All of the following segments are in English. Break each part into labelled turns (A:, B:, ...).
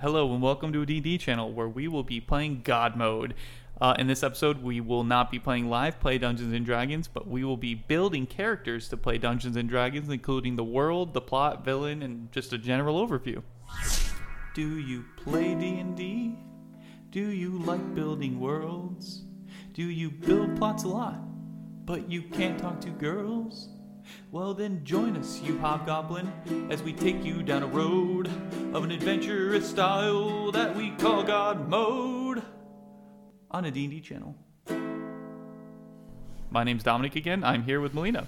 A: Hello and welcome to a D&D channel where we will be playing God Mode. Uh, in this episode, we will not be playing live play Dungeons and Dragons, but we will be building characters to play Dungeons and Dragons, including the world, the plot, villain, and just a general overview. Do you play D&D? Do you like building worlds? Do you build plots a lot, but you can't talk to girls? Well, then join us, you hobgoblin, as we take you down a road of an adventurous style that we call God Mode on a D&D channel. My name's Dominic again. I'm here with Melina.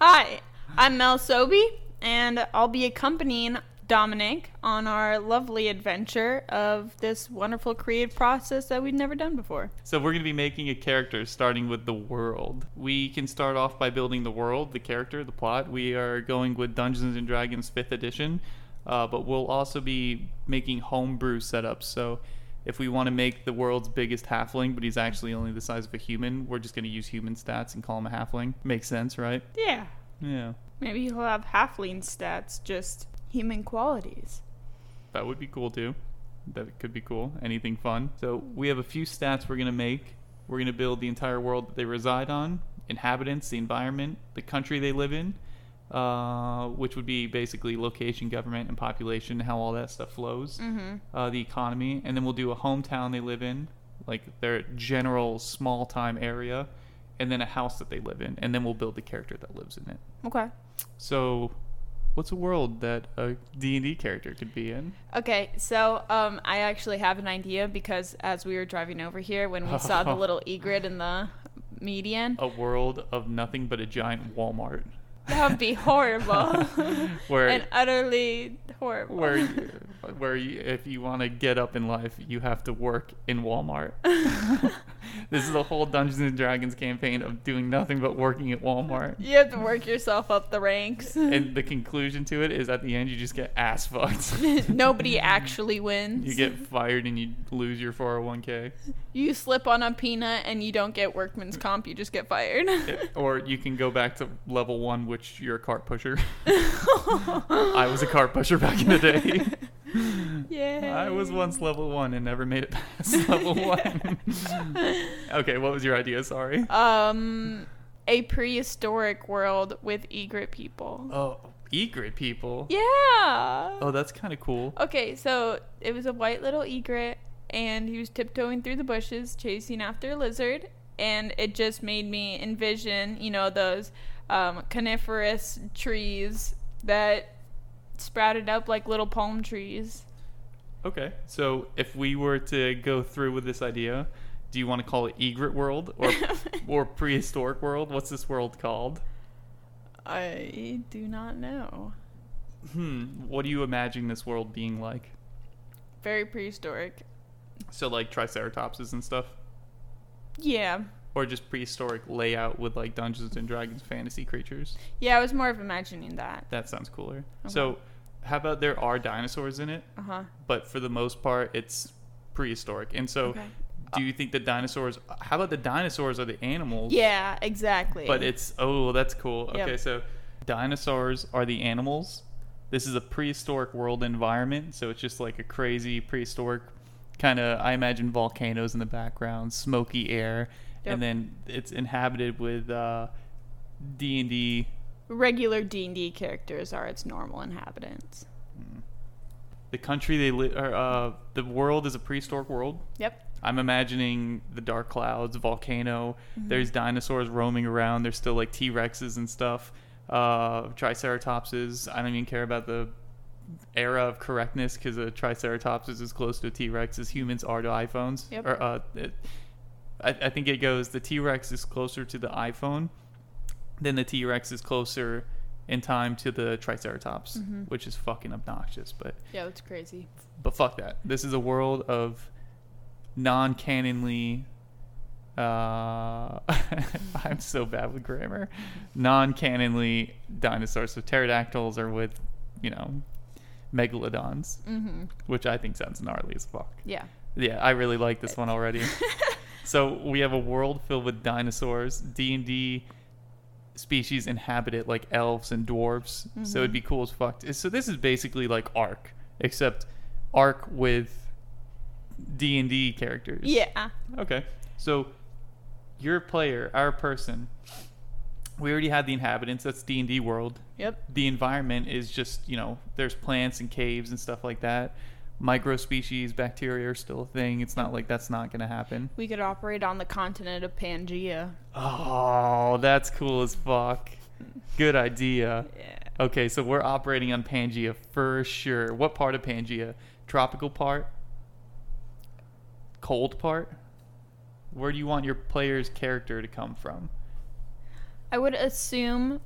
B: Hi, I'm Mel Sobey, and I'll be accompanying Dominic on our lovely adventure of this wonderful creative process that we've never done before.
A: so we're going to be making a character starting with the world. We can start off by building the world, the character, the plot. We are going with Dungeons and Dragons 5th edition, uh, but we'll also be making homebrew setups. So if we want to make the world's biggest halfling, but he's actually only the size of a human, we're just going to use human stats and call him a halfling. Makes sense, right?
B: Yeah,
A: Yeah.
B: maybe he'll have halfling stats, just human qualities.
A: That would be cool too. That could be cool. Anything fun. So we have a few stats we're gonna make. We're gonna build the entire world that they reside on, inhabitants, the environment, the country they live in, uh, which would be basically location, government, and population, how all that stuff flows, uh, the economy, and then we'll do a hometown they live in, like their general small time area, and then a house that they live in, and then we'll build the character that lives in it.
B: Okay.
A: So, what's a world that a D and D character could be in?
B: Okay, so um, I actually have an idea because as we were driving over here, when we saw the little egret in the median,
A: a world of nothing but a giant Walmart
B: that would be horrible
A: where
B: and utterly horrible.
A: where you, where you, if you want to get up in life, you have to work in Walmart. this is the whole Dungeons and Dragons campaign of doing nothing but working at Walmart.
B: you have to work yourself up the ranks.
A: And the conclusion to it is at the end you just get ass fucked.
B: Nobody actually wins.
A: you get fired and you lose your 401k.
B: You slip on a peanut and you don't get workman's comp, you just get fired.
A: Eh, Or you can go back to level 1 which you're a cart pusher. I was a cart pusher back in the day.
B: yeah.
A: I was once level one and never made it past level one. okay, what was your idea? Sorry.
B: um a prehistoric world with egret people.
A: Oh, egret people.
B: Yeah.
A: Oh, that's kind of cool.
B: Okay, so it was a white little egret and he was tiptoeing through the bushes chasing after a lizard and it just made me envision, you know, those um, coniferous trees that sprouted up like little palm trees.
A: Okay, so if we were to go through with this idea, do you want to call it egret world or or prehistoric world? What's this world called?
B: I do not know.
A: Hmm. What do you imagine this world being like?
B: Very prehistoric.
A: So like triceratopses and stuff,
B: Yeah.
A: or just prehistoric layout with like Dungeons and Dragons fantasy creatures?
B: Yeah, I was more of imagining that.
A: That sounds cooler. So, how about there are dinosaurs in it?
B: Uh huh.
A: but for the most part, it's prehistoric. And so,
B: Okay.
A: do you think the dinosaurs? How about the dinosaurs are the animals?
B: Yeah, exactly.
A: But it's oh, that's cool.
B: Yep.
A: Okay, so dinosaurs are the animals. This is a prehistoric world environment, so it's just like a crazy prehistoric kind of. I imagine volcanoes in the background, smoky air,
B: Yep.
A: and then it's inhabited with D and D.
B: regular D and D characters are its normal inhabitants.
A: The country they live, or uh, the world is a prehistoric world.
B: Yep.
A: I'm imagining the dark clouds, volcano. There's dinosaurs roaming around. There's still like T Rexes and stuff, uh, Triceratopses. I don't even care about the era of correctness because a Triceratops is as close to a T Rex as humans are to iPhones.
B: Yep.
A: Or, uh, it, I, I think it goes the T Rex is closer to the iPhone than the T Rex is closer in time to the Triceratops, which is fucking obnoxious. But
B: Yeah, that's crazy.
A: but fuck that. This is a world of non-canonly. Uh, I'm so bad with grammar. Non-canonly dinosaurs, so pterodactyls are with, you know, megalodons,
B: Mm-hmm.
A: which I think sounds gnarly as fuck.
B: Yeah.
A: Yeah, I really like this one already. so we have a world filled with dinosaurs, D and D species inhabit it, like elves and dwarves. So it'd be cool as fuck. So this is basically like Ark, except arc with D and D characters.
B: Yeah.
A: Okay. So your player, our person, we already had the inhabitants. That's D and D world.
B: Yep.
A: The environment is just you know there's plants and caves and stuff like that. Microspecies, bacteria are still a thing. It's not like that's not gonna happen.
B: We could operate on the continent of Pangea.
A: Oh, that's cool as fuck. Good idea.
B: Yeah.
A: Okay, so we're operating on Pangea for sure. What part of Pangea? Tropical part? Cold part? Where do you want your player's character to come from?
B: I would assume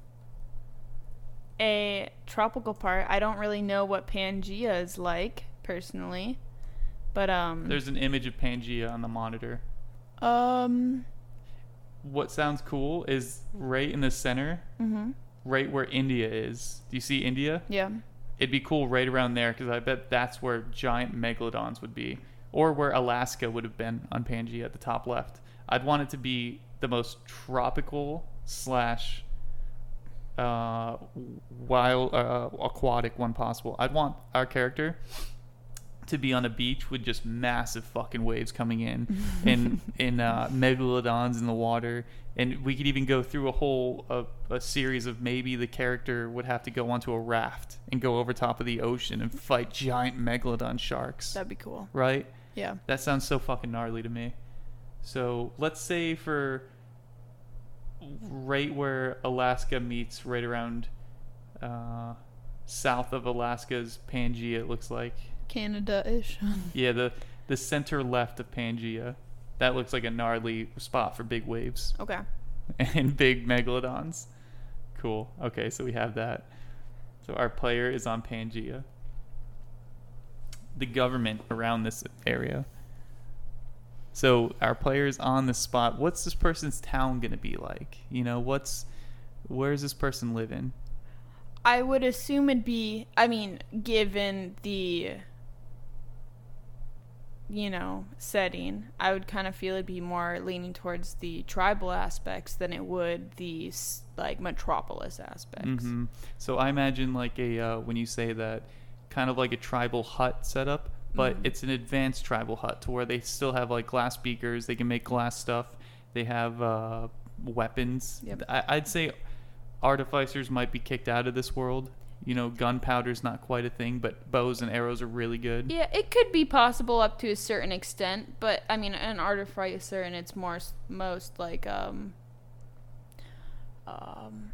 B: a tropical part. I don't really know what Pangea is like personally, but um,
A: There's an image of Pangea on the monitor.
B: um,
A: What sounds cool is right in the center,
B: hmm
A: right where India is. Do you see India?
B: yeah,
A: It'd be cool right around there because I bet that's where giant megalodons would be, or where Alaska would have been on Pangea at the top left. I'd want it to be the most tropical slash uh, wild uh, aquatic one possible. I'd want our character to be on a beach with just massive fucking waves coming in and and uh, megalodons in the water and we could even go through a whole a, a series of maybe the character would have to go onto a raft and go over top of the ocean and fight giant megalodon sharks
B: that'd be cool.
A: right
B: Yeah,
A: that sounds so fucking gnarly to me so let's say for right where alaska meets right around uh, south of alaska's pangea it looks like
B: Canada-ish.
A: yeah, the the center left of Pangea. That looks like a gnarly spot for big waves
B: okay.
A: and big megalodons. Cool. Okay, so we have that. So our player is on Pangea. The government around this area. So our player is on the spot. What's this person's town gonna be like? You know, what's where's this person living?
B: I would assume it'd be. I mean, given the you know setting, I would kind of feel it'd be more leaning towards the tribal aspects than it would the s- like metropolis aspects.
A: hmm So I imagine like a uh, when you say that, kind of like a tribal hut setup, but
B: Mm-hmm.
A: it's an advanced tribal hut to where they still have like glass beakers. They can make glass stuff. They have uh, weapons.
B: Yep.
A: I- I'd say artificers might be kicked out of this world. You know, gunpowder's not quite a thing, but bows and arrows are really good.
B: Yeah, it could be possible up to a certain extent, but I mean, an artificer and it's more s- most like um um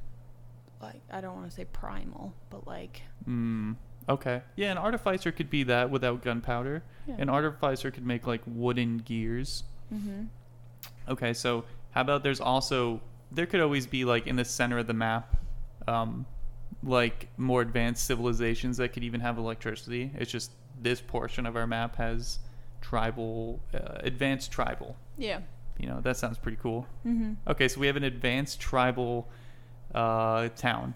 B: like I don't want to say primal, but like
A: Mm, okay. Yeah, an artificer could be that without gunpowder.
B: Yeah.
A: An artificer could make like wooden gears.
B: mm-hmm.
A: Okay, so how about there's also there could always be like in the center of the map, um, like more advanced civilizations that could even have electricity. It's just this portion of our map has tribal, uh, advanced tribal.
B: yeah.
A: You know that sounds pretty cool.
B: Mm-hmm.
A: Okay, so we have an advanced tribal uh, town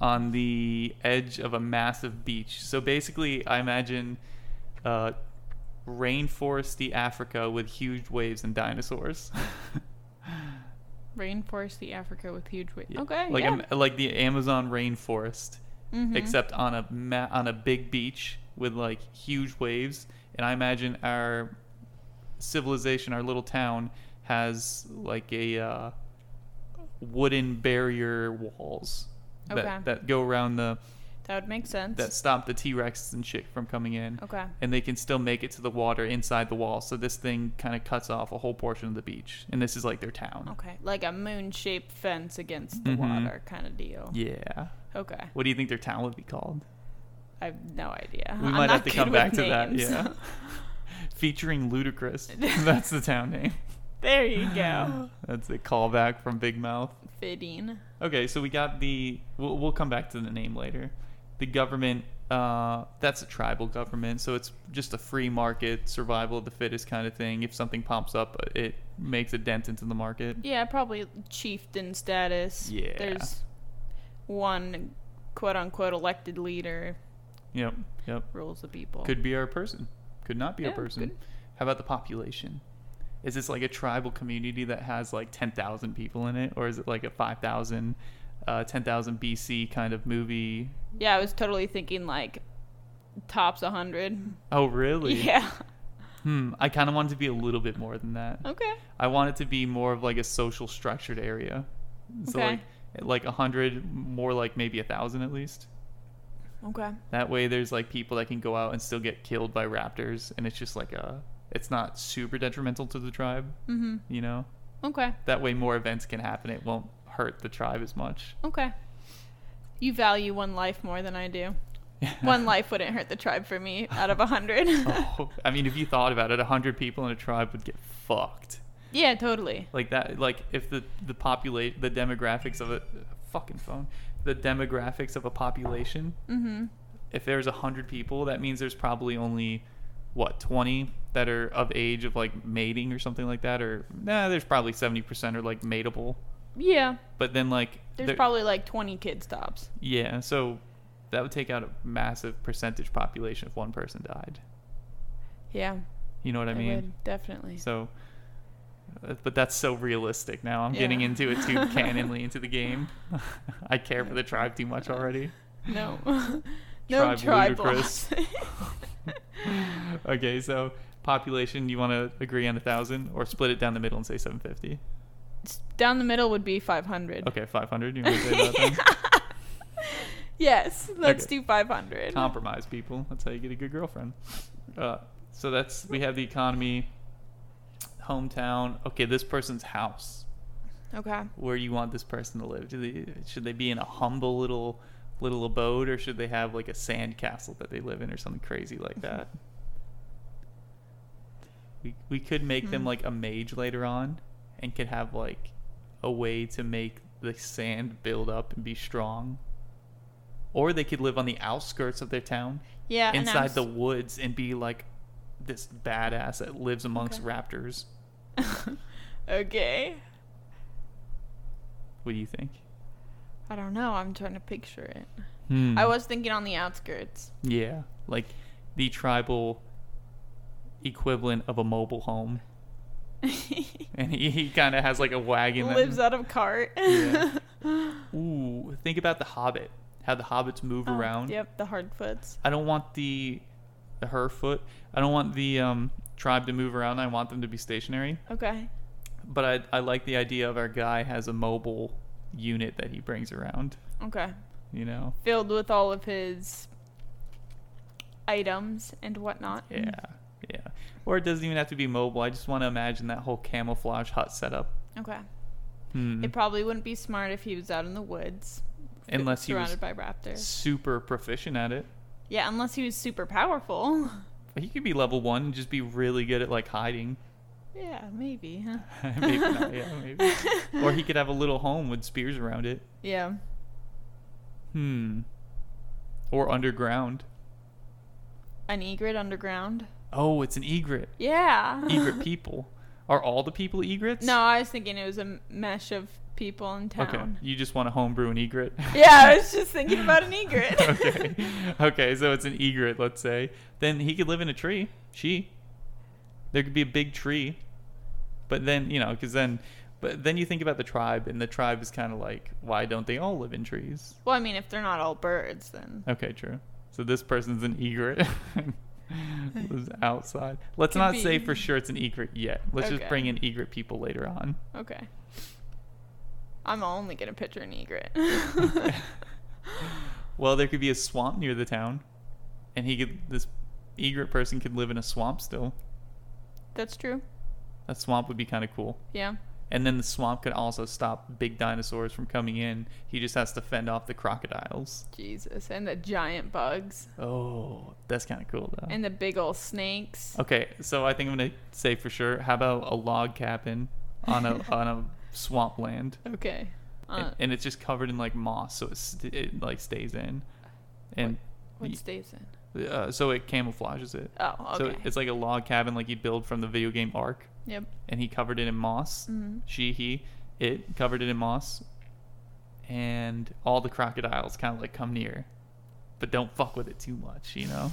A: on the edge of a massive beach. So basically, I imagine uh, rainforesty Africa with huge waves and dinosaurs.
B: Rainforest the Africa with huge weight.
A: Yeah,
B: Okay.
A: like
B: yeah.
A: am- like the Amazon rainforest,
B: Mhm.
A: except on a ma- on a big beach with like huge waves. And I imagine our civilization, our little town, has like a uh, wooden barrier walls that
B: Okay.
A: that go around the
B: that would make sense.
A: that stop the T Rexes and shit from coming in.
B: okay.
A: And they can still make it to the water inside the wall. So this thing kind of cuts off a whole portion of the beach. And this is like their town.
B: Okay. Like a moon-shaped fence against the
A: Mhm.
B: water kind of deal.
A: Yeah.
B: Okay.
A: What do you think their town would be called?
B: I have no idea.
A: We
B: I'm
A: might
B: not
A: have to
B: good
A: come
B: with
A: back to that.
B: names.
A: Yeah. Featuring Ludacris. That's the town name.
B: there you go.
A: That's a callback from Big Mouth.
B: Fitting.
A: Okay, so we got the. We'll, we'll come back to the name later. The government. Uh, that's a tribal government, so it's just a free market, survival of the fittest kind of thing. If something pops up, it makes a dent into the market.
B: Yeah, probably chieftain status.
A: Yeah.
B: There's one quote unquote elected leader
A: Yep, yep.
B: rules the people.
A: Could be our person. Could not be our
B: Yeah,
A: person.
B: could.
A: How about the population? Is this like a tribal community that has like 10,000 people in it? Or is it like a 5,000, uh, 10,000 BC kind of movie?
B: yeah, I was totally thinking like tops 100.
A: Oh, really?
B: Yeah.
A: Hmm. I kind of want it to be a little bit more than that.
B: Okay.
A: I want it to be more of like a social structured area. So
B: Okay.
A: like like a hundred, more like maybe a thousand at least.
B: Okay.
A: That way, there's like people that can go out and still get killed by raptors, and it's just like a, it's not super detrimental to the tribe,
B: Mhm.
A: you know.
B: Okay.
A: That way, more events can happen. It won't hurt the tribe as much.
B: Okay. You value one life more than I do. One life wouldn't hurt the tribe for me out of a 100.
A: Oh, I mean, if you thought about it, a hundred people in a tribe would get fucked.
B: yeah, totally.
A: like that like if the the populate the demographics of a fucking phone the demographics of a population
B: Mhm.
A: if there's 100 people that means there's probably only what 20 that are of age of like mating or something like that or nah there's probably 70% are like mateable
B: Yeah.
A: but then like
B: There's
A: there-
B: probably like 20 kids tops.
A: yeah so that would take out a massive percentage population if one person died
B: Yeah.
A: you know what i
B: it
A: mean
B: would, definitely.
A: so uh, but that's so realistic now. I'm
B: Yeah.
A: getting into it too canonly into the game. I care for the tribe too much already.
B: No. no
A: Tribe
B: tribe
A: ludicrous.
B: loss.
A: Okay, so population, you want to agree on a thousand or split it down the middle and say 750?
B: Down the middle would be 500.
A: Okay, 500. You want to say that then?
B: Yes, let's
A: Okay.
B: do 500.
A: Compromise, people. That's how you get a good girlfriend. Uh, so that's we have the economy, hometown. Okay, this person's house.
B: okay.
A: where you want this person to live. Do they, should they be in a humble little little abode, or should they have like a sand castle that they live in, or something crazy like
B: Mm-hmm.
A: that? we we could make them
B: Hmm.
A: like a mage later on, and could have like a way to make the sand build up and be strong. Or they could live on the outskirts of their town,
B: Yeah. and
A: inside
B: I'm
A: the
B: s-
A: woods, and be like this badass that lives amongst
B: Okay.
A: raptors.
B: okay.
A: What do you think?
B: I don't know. I'm trying to picture it.
A: Hmm.
B: I was thinking on the outskirts.
A: Yeah, like the tribal equivalent of a mobile home, and he, he kind of has like a wagon. that-
B: Lives out of cart.
A: Yeah. Ooh, think about the Hobbit. How the hobbits move
B: Oh,
A: around.
B: Yep, the hard foots.
A: I don't want the, the her foot. I don't want the um, tribe to move around. I want them to be stationary.
B: Okay.
A: But I I like the idea of our guy has a mobile unit that he brings around.
B: Okay.
A: You know.
B: Filled with all of his items and whatnot.
A: Yeah, yeah. Or it doesn't even have to be mobile. I just want to imagine that whole camouflage hut setup.
B: Okay.
A: Hmm.
B: It probably wouldn't be smart if he was out in the woods. f-
A: Unless he was
B: surrounded by raptors.
A: super proficient at it.
B: Yeah, unless he was super powerful.
A: He could be level one and just be really good at like hiding.
B: Yeah, maybe, huh?
A: maybe not, yeah, maybe. Or he could have a little home with spears around it.
B: Yeah.
A: Hmm. Or underground.
B: An egret underground.
A: Oh, it's an egret.
B: Yeah.
A: Egret people. Are all the people egrets?
B: No, I was thinking it was a m- mesh of people in
A: Okay.
B: town.
A: You just want to homebrew an egret.
B: Yeah, I was just thinking about an egret.
A: okay. Okay, so it's an egret, let's say. Then he could live in a tree. She. There could be a big tree. But then, you know, because then, but then you think about the tribe, and the tribe is kind of like, why don't they all live in trees?
B: Well, I mean, if they're not all birds, then
A: Okay, true. So this person's an egret. Lives outside. Let's
B: Could
A: not
B: be.
A: say for sure it's an egret yet. Let's
B: Okay.
A: just bring in egret people later on.
B: okay. I'm only gonna picture an egret.
A: Well, there could be a swamp near the town, and he could this egret person could live in a swamp still.
B: That's true.
A: A swamp would be kind of cool.
B: Yeah.
A: And then the swamp could also stop big dinosaurs from coming in. He just has to fend off the crocodiles.
B: Jesus, and the giant bugs
A: Oh, that's kind of cool though.
B: and the big old snakes.
A: okay, so I think I'm gonna say for sure. How about a log cabin on a on a swampland,
B: Okay. Uh,
A: Oh. and, and it's just covered in like moss, so it, st- it like stays in, and
B: what stays in?
A: uh, so it camouflages it.
B: Oh,
A: So
B: okay.
A: it's like a log cabin, like you build from the video game Ark,
B: yep.
A: and he covered it in moss.
B: Mhm.
A: She, he, it covered it in moss, and all the crocodiles kind of like come near, but don't fuck with it too much, you know.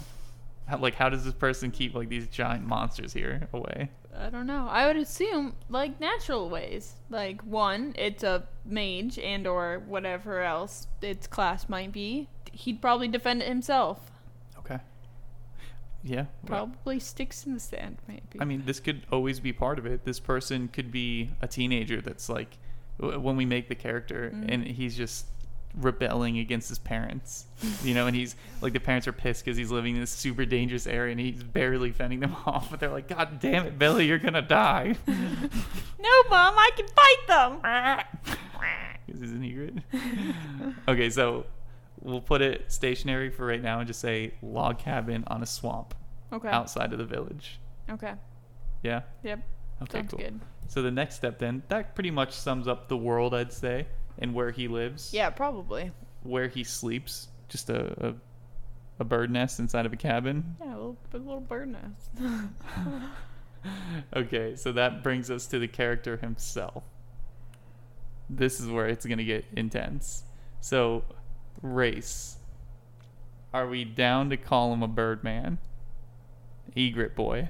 A: How, like, how does this person keep like these giant monsters here away?
B: I don't know. I would assume like natural ways. Like one, it's a mage and or whatever else its class might be. He'd probably defend it himself.
A: Okay. Yeah. well,
B: Probably sticks in the sand, maybe.
A: I mean, this could always be part of it. This person could be a teenager that's like, w- when we make the character,
B: Mm.
A: and he's just rebelling against his parents, you know, and he's like, the parents are pissed because he's living in this super dangerous area and he's barely fending them off, but they're like, God damn it, Billy, you're gonna die.
B: no, mom, I can fight them.
A: Because he's an egret. okay, so we'll put it stationary for right now and just say log cabin on a swamp
B: Okay.
A: outside of the village.
B: Okay.
A: Yeah?
B: Yep.
A: Okay,
B: Sounds
A: cool.
B: good.
A: So the next step then, that pretty much sums up the world, I'd say, and where he lives.
B: Yeah, probably.
A: Where he sleeps. Just a, a, a bird nest inside of a cabin.
B: Yeah, a little, a little bird nest.
A: Okay, so that brings us to the character himself. This is where it's going to get intense. So, race. Are we down to call him a Birdman? Egret boy.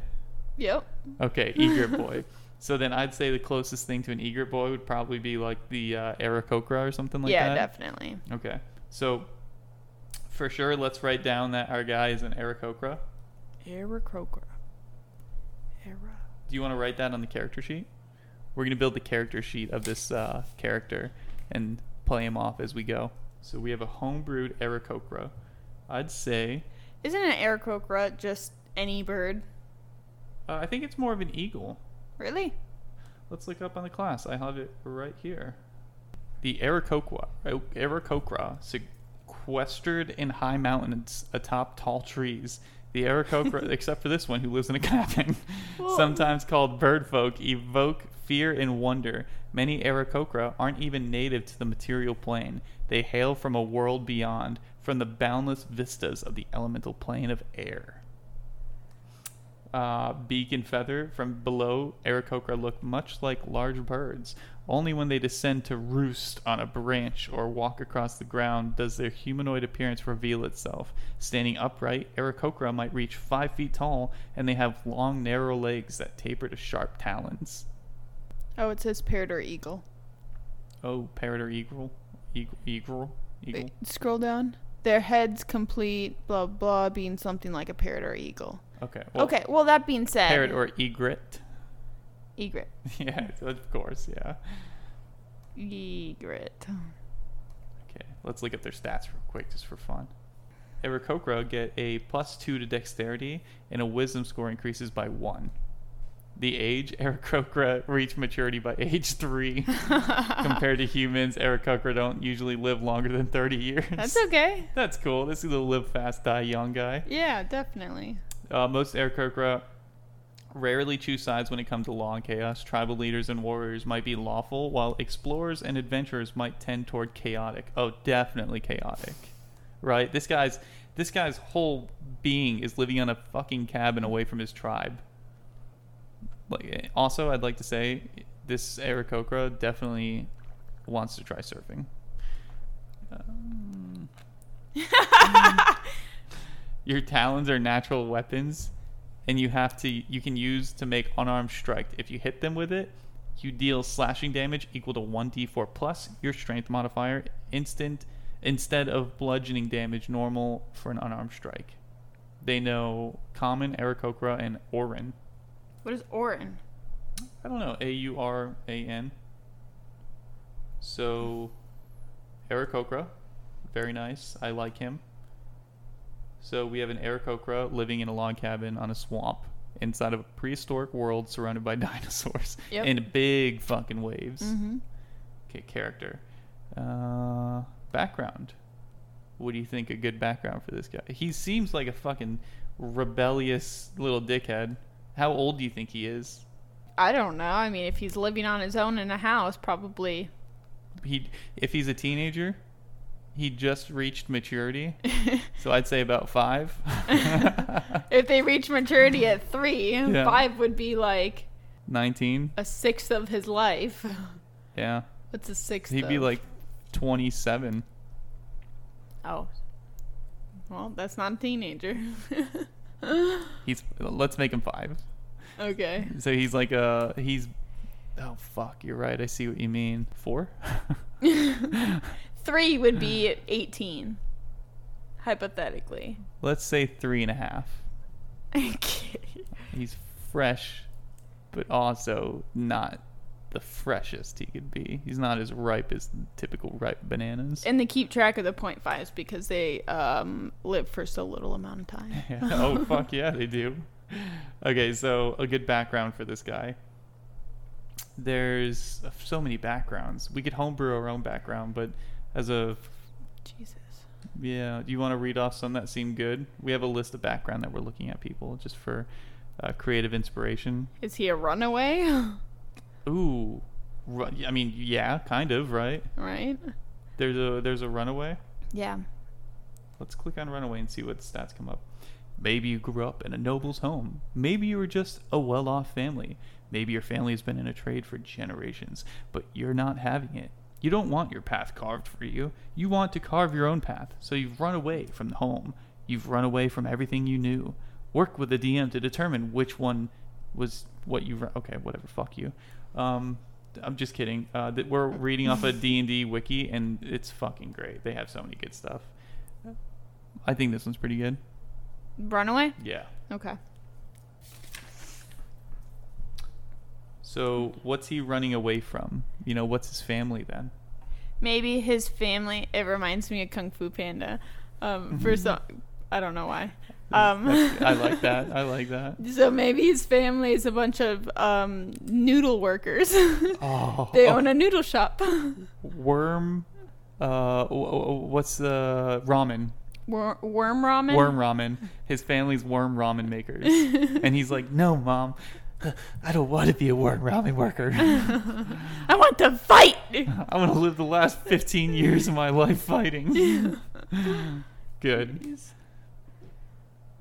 B: yep.
A: Okay, Egret boy. So then I'd say the closest thing to an Egret boy would probably be like the uh, Aarakocra or something like
B: yeah,
A: that.
B: definitely.
A: Okay, so for sure, let's write down that our guy is an Aarakocra.
B: Era Croker. Era.
A: Do you want to write that on the character sheet? We're gonna build the character sheet of this uh, character and play him off as we go. So we have a homebrewed Aarakocra. I'd say
B: Isn't an air crocra just any bird?
A: uh, I think it's more of an eagle.
B: Really?
A: Let's look up on the class. I have it right here. The Aarakocra, Aarakocra sequestered in high mountains atop tall trees. The Aarakocra, except for this one who lives in a cabin,
B: Well-
A: sometimes called bird folk, evoke fear and wonder. Many Aarakocra aren't even native to the material plane. They hail from a world beyond, from the boundless vistas of the elemental plane of air uh, beak and feather from below, Aarakocra look much like large birds. Only when they descend to roost on a branch or walk across the ground does their humanoid appearance reveal itself. Standing upright, Aarakocra might reach five feet tall, and they have long, narrow legs that taper to sharp talons.
B: Oh, it says parrot or eagle.
A: Oh, parrot or eagle? Eagle? Eagle? eagle.
B: Wait, scroll down. Their heads complete, blah, blah, being something like a parrot or eagle.
A: Okay. Well,
B: okay, well, that being said,
A: Parrot or egret?
B: egret.
A: yeah, of course. Yeah.
B: Egret.
A: Okay, let's look at their stats real quick just for fun. Aarakocra get a plus two to dexterity and a wisdom score increases by one. The age, Aarakocra reach maturity by age three. Compared to humans, Aarakocra don't usually live longer than 30 years.
B: That's okay.
A: That's cool. This is a live fast, die young guy.
B: Yeah, definitely.
A: Uh, most Aarakocra rarely choose sides when it comes to law and chaos. Tribal leaders and warriors might be lawful, while explorers and adventurers might tend toward chaotic. Oh, definitely chaotic, right? This guy's this guy's whole being is living on a fucking cabin away from his tribe. Like, eh, also, I'd like to say this Aarakocra definitely wants to try surfing. Um, your talons are natural weapons and you have to you can use to make unarmed strike if you hit them with it you deal slashing damage equal to 1d4 plus your strength modifier instant instead of bludgeoning damage normal for an unarmed strike they know common Aarakocra and Orin.
B: What is Orin?
A: I don't know A U R A N. So, Aarakocra, very nice. I like him. So we have an Aarakocra living in a log cabin on a swamp inside of a prehistoric world surrounded by dinosaurs
B: Yep.
A: and big fucking waves.
B: Mm-hmm.
A: Okay, character, uh, background. What do you think a good background for this guy? He seems like a fucking rebellious little dickhead. How old do you think he is?
B: I don't know. I mean, if he's living on his own in a house, probably.
A: he if he's a teenager he just reached maturity so i'd say about five
B: if they reach maturity at three,
A: Yeah.
B: five would be like
A: 19
B: a sixth of his life.
A: yeah
B: What's a sixth?
A: he'd be
B: of?
A: like 27
B: oh, well, that's not a teenager.
A: he's let's make him five
B: okay.
A: so he's like uh he's oh fuck you're right i see what you mean four
B: Three would be 18, hypothetically.
A: let's say three and a half
B: Okay.
A: He's fresh, but also not the freshest he could be. He's not as ripe as typical ripe bananas.
B: And they keep track of the point fives because they um, live for so little amount of time.
A: Yeah. Oh fuck yeah, they do. Okay, so a good background for this guy. There's so many backgrounds. We could homebrew our own background, but as a
B: Jesus.
A: yeah, do you want to read off some that seem good? We have a list of background that we're looking at people just for uh, creative inspiration.
B: Is he a runaway?
A: Ooh, ru- I mean, yeah, kind of, right?
B: right?
A: There's a there's a runaway.
B: Yeah.
A: Let's click on Runaway and see what stats come up. Maybe you grew up in a noble's home. Maybe you were just a well off family. Maybe your family has been in a trade for generations, but you're not having it. You don't want your path carved for you. You want to carve your own path, so you've run away from the home. You've run away from everything you knew. Work with the DM to determine which one was what you. Run- okay, whatever. Fuck you. Um, I'm just kidding. Uh, that we're reading off a D&D wiki, and it's fucking great. They have so many good stuff. I think this one's pretty good.
B: Runaway?
A: Yeah.
B: Okay.
A: So what's he running away from? You know, what's his family then?
B: Maybe his family. It reminds me of Kung Fu Panda. Um, for some, I don't know why.
A: Mm-hmm.
B: Um,
A: That's- I like that. I like that.
B: So maybe his family is a bunch of um, noodle workers.
A: Oh,
B: they own a noodle shop.
A: worm. Uh, w- w- what's the ramen?
B: Wor- worm ramen.
A: Worm ramen. His family's worm ramen makers, and he's like, "No, mom, I don't want to be a worm ramen worker.
B: I want to fight.
A: I want to live the last 15 years of my life fighting." Good.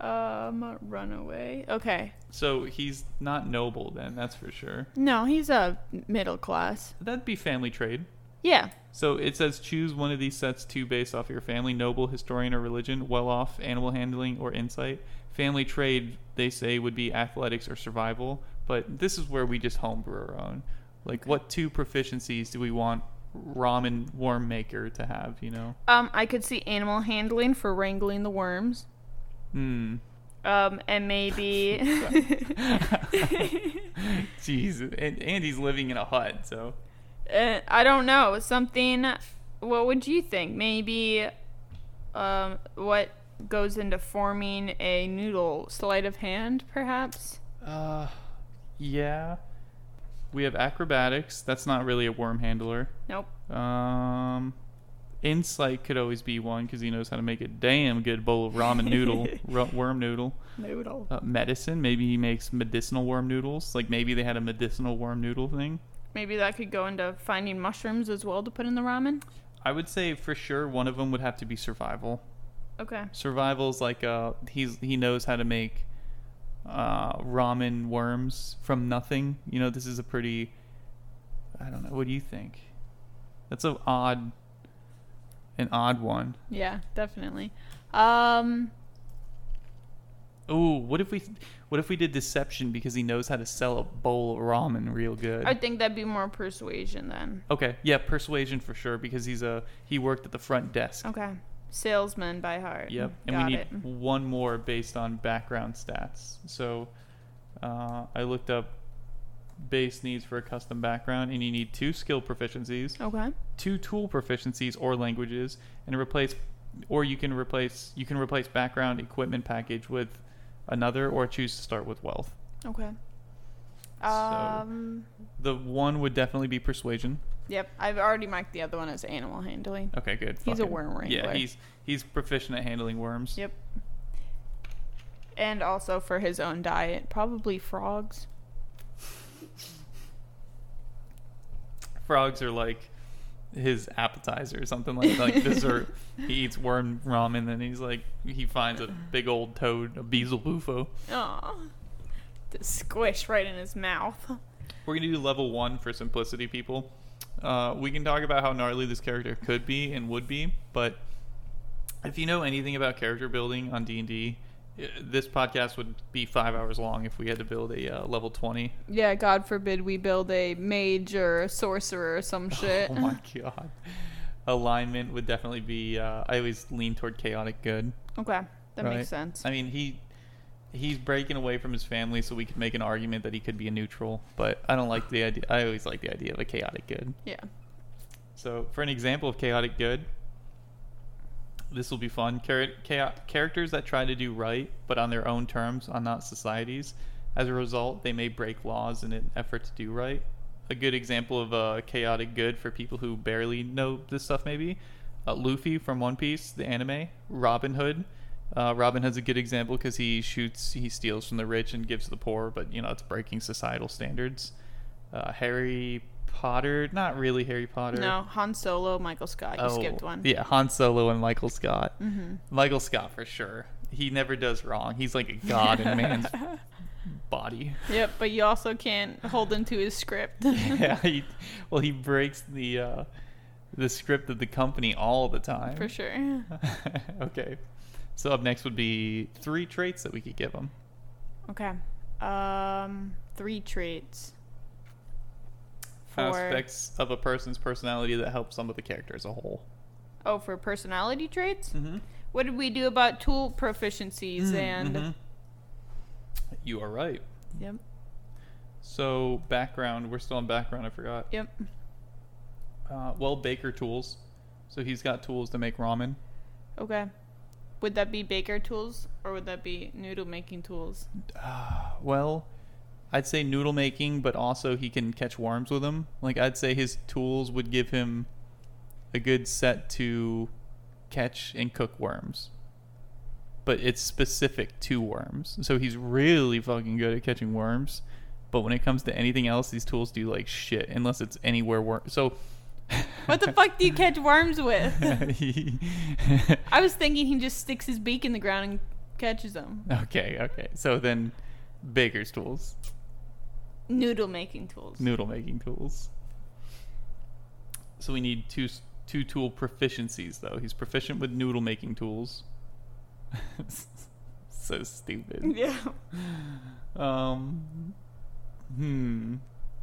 B: Um, runaway. Okay.
A: So he's not noble then, that's for sure.
B: No, he's a middle class.
A: That'd be family trade.
B: Yeah.
A: So it says choose one of these sets two based off your family, noble, historian, or religion, well off, animal handling, or insight. Family trade, they say, would be athletics or survival, but this is where we just homebrew our own. Like, what two proficiencies do we want ramen worm maker to have, you know?
B: Um, I could see animal handling for wrangling the worms.
A: Hmm.
B: Um, and maybe.
A: Jeez. And, and he's living in a hut, so.
B: uh, I don't know something. What would you think? Maybe, um, what goes into forming a noodle sleight of hand, perhaps.
A: Uh, yeah. We have acrobatics. That's not really a worm handler.
B: Nope.
A: Um, insight could always be one because he knows how to make a damn good bowl of ramen noodle, ru worm noodle.
B: Noodle.
A: Uh, medicine, maybe he makes medicinal worm noodles. Like maybe they had a medicinal worm noodle thing.
B: Maybe that could go into finding mushrooms as well to put in the ramen.
A: I would say for sure one of them would have to be survival.
B: Okay.
A: Survival's like uh, he's he knows how to make uh, ramen worms from nothing. You know, this is a pretty. I don't know. What do you think? That's a odd, an odd one.
B: Yeah, definitely. Um,
A: Ooh, what if we what if we did deception because he knows how to sell a bowl of ramen real good?
B: I think that'd be more persuasion then.
A: okay, yeah, persuasion for sure because he's a he worked at the front desk.
B: Okay. Salesman by heart.
A: Yep, and
B: Got
A: we need
B: it.
A: one more based on background stats. So uh, I looked up base needs for a custom background, and you need two skill proficiencies,
B: Okay.
A: two tool proficiencies or languages, and replace or you can replace you can replace background equipment package with another, or choose to start with wealth.
B: Okay.
A: So-
B: Um.
A: The one would definitely be persuasion.
B: Yep, I've already marked the other one as animal handling.
A: Okay, good.
B: He's a worm
A: Yeah,
B: wrangler.
A: he's he's proficient at handling worms.
B: Yep. And also for his own diet, probably frogs.
A: Frogs are like his appetizer or something like like dessert. He eats worm ramen, then he's like he finds a big old toad, a beezle bufo.
B: Oh, squish right in his mouth.
A: We're gonna do level one for simplicity, people. Uh, we can talk about how gnarly this character could be and would be, but if you know anything about character building on D and D, uh, this podcast would be five hours long if we had to build a uh, level twenty.
B: Yeah, God forbid we build a mage or a sorcerer or some shit.
A: Oh my god. Alignment would definitely be. Uh, I always lean toward chaotic good.
B: okay, that
A: right?
B: makes sense.
A: I mean, he he's breaking away from his family, so we could make an argument that he could be a neutral. But I don't like the idea. I always like the idea of a chaotic good.
B: Yeah.
A: So, for an example of chaotic good, this will be fun. Char- cha- characters that try to do right, but on their own terms, on not society's. As a result, they may break laws in an effort to do right. A good example of a chaotic good for people who barely know this stuff, maybe. Uh, Luffy from One Piece, the anime. Robin Hood. Uh, Robin Hood's a good example because he shoots, he steals from the rich and gives to the poor, but, you know, it's breaking societal standards. Uh, Harry Potter, not really Harry Potter.
B: No, Han Solo, Michael Scott. You skipped one.
A: Oh, Yeah, Han Solo and Michael Scott.
B: Mm-hmm.
A: Michael Scott for sure. He never does wrong. He's like a god in man's body.
B: Yep, but you also can't hold him to his script.
A: yeah, he, well, he breaks the uh, the script of the company all the time.
B: For sure.
A: okay, so up next would be three traits that we could give him.
B: Okay. Um, three traits. For,
A: Aspects of a person's personality that help some of the character as a whole.
B: Oh, for personality traits?
A: Mm-hmm.
B: What did we do about tool proficiencies
A: Hmm,
B: and.
A: Mm-hmm. You are right.
B: Yep.
A: So background, we're still on background. I forgot.
B: Yep.
A: Uh, well, Baker tools. So he's got tools to make ramen.
B: Okay. Would that be baker tools or would that be noodle making tools?
A: Uh, well, I'd say noodle making, but also he can catch worms with them. Like I'd say his tools would give him a good set to catch and cook worms. But it's specific to worms. So he's really fucking good at catching worms. But when it comes to anything else, these tools do like shit unless it's anywhere worm. So
B: What the fuck do you catch worms with?
A: fuck?
B: I was thinking he just sticks his beak in the ground and catches them.
A: Okay, okay. So then, baker's tools,
B: Noodle making tools.
A: noodle making tools. So we need two s- two tool proficiencies though. He's proficient with noodle making tools. so stupid.
B: Yeah.
A: Um, hmm.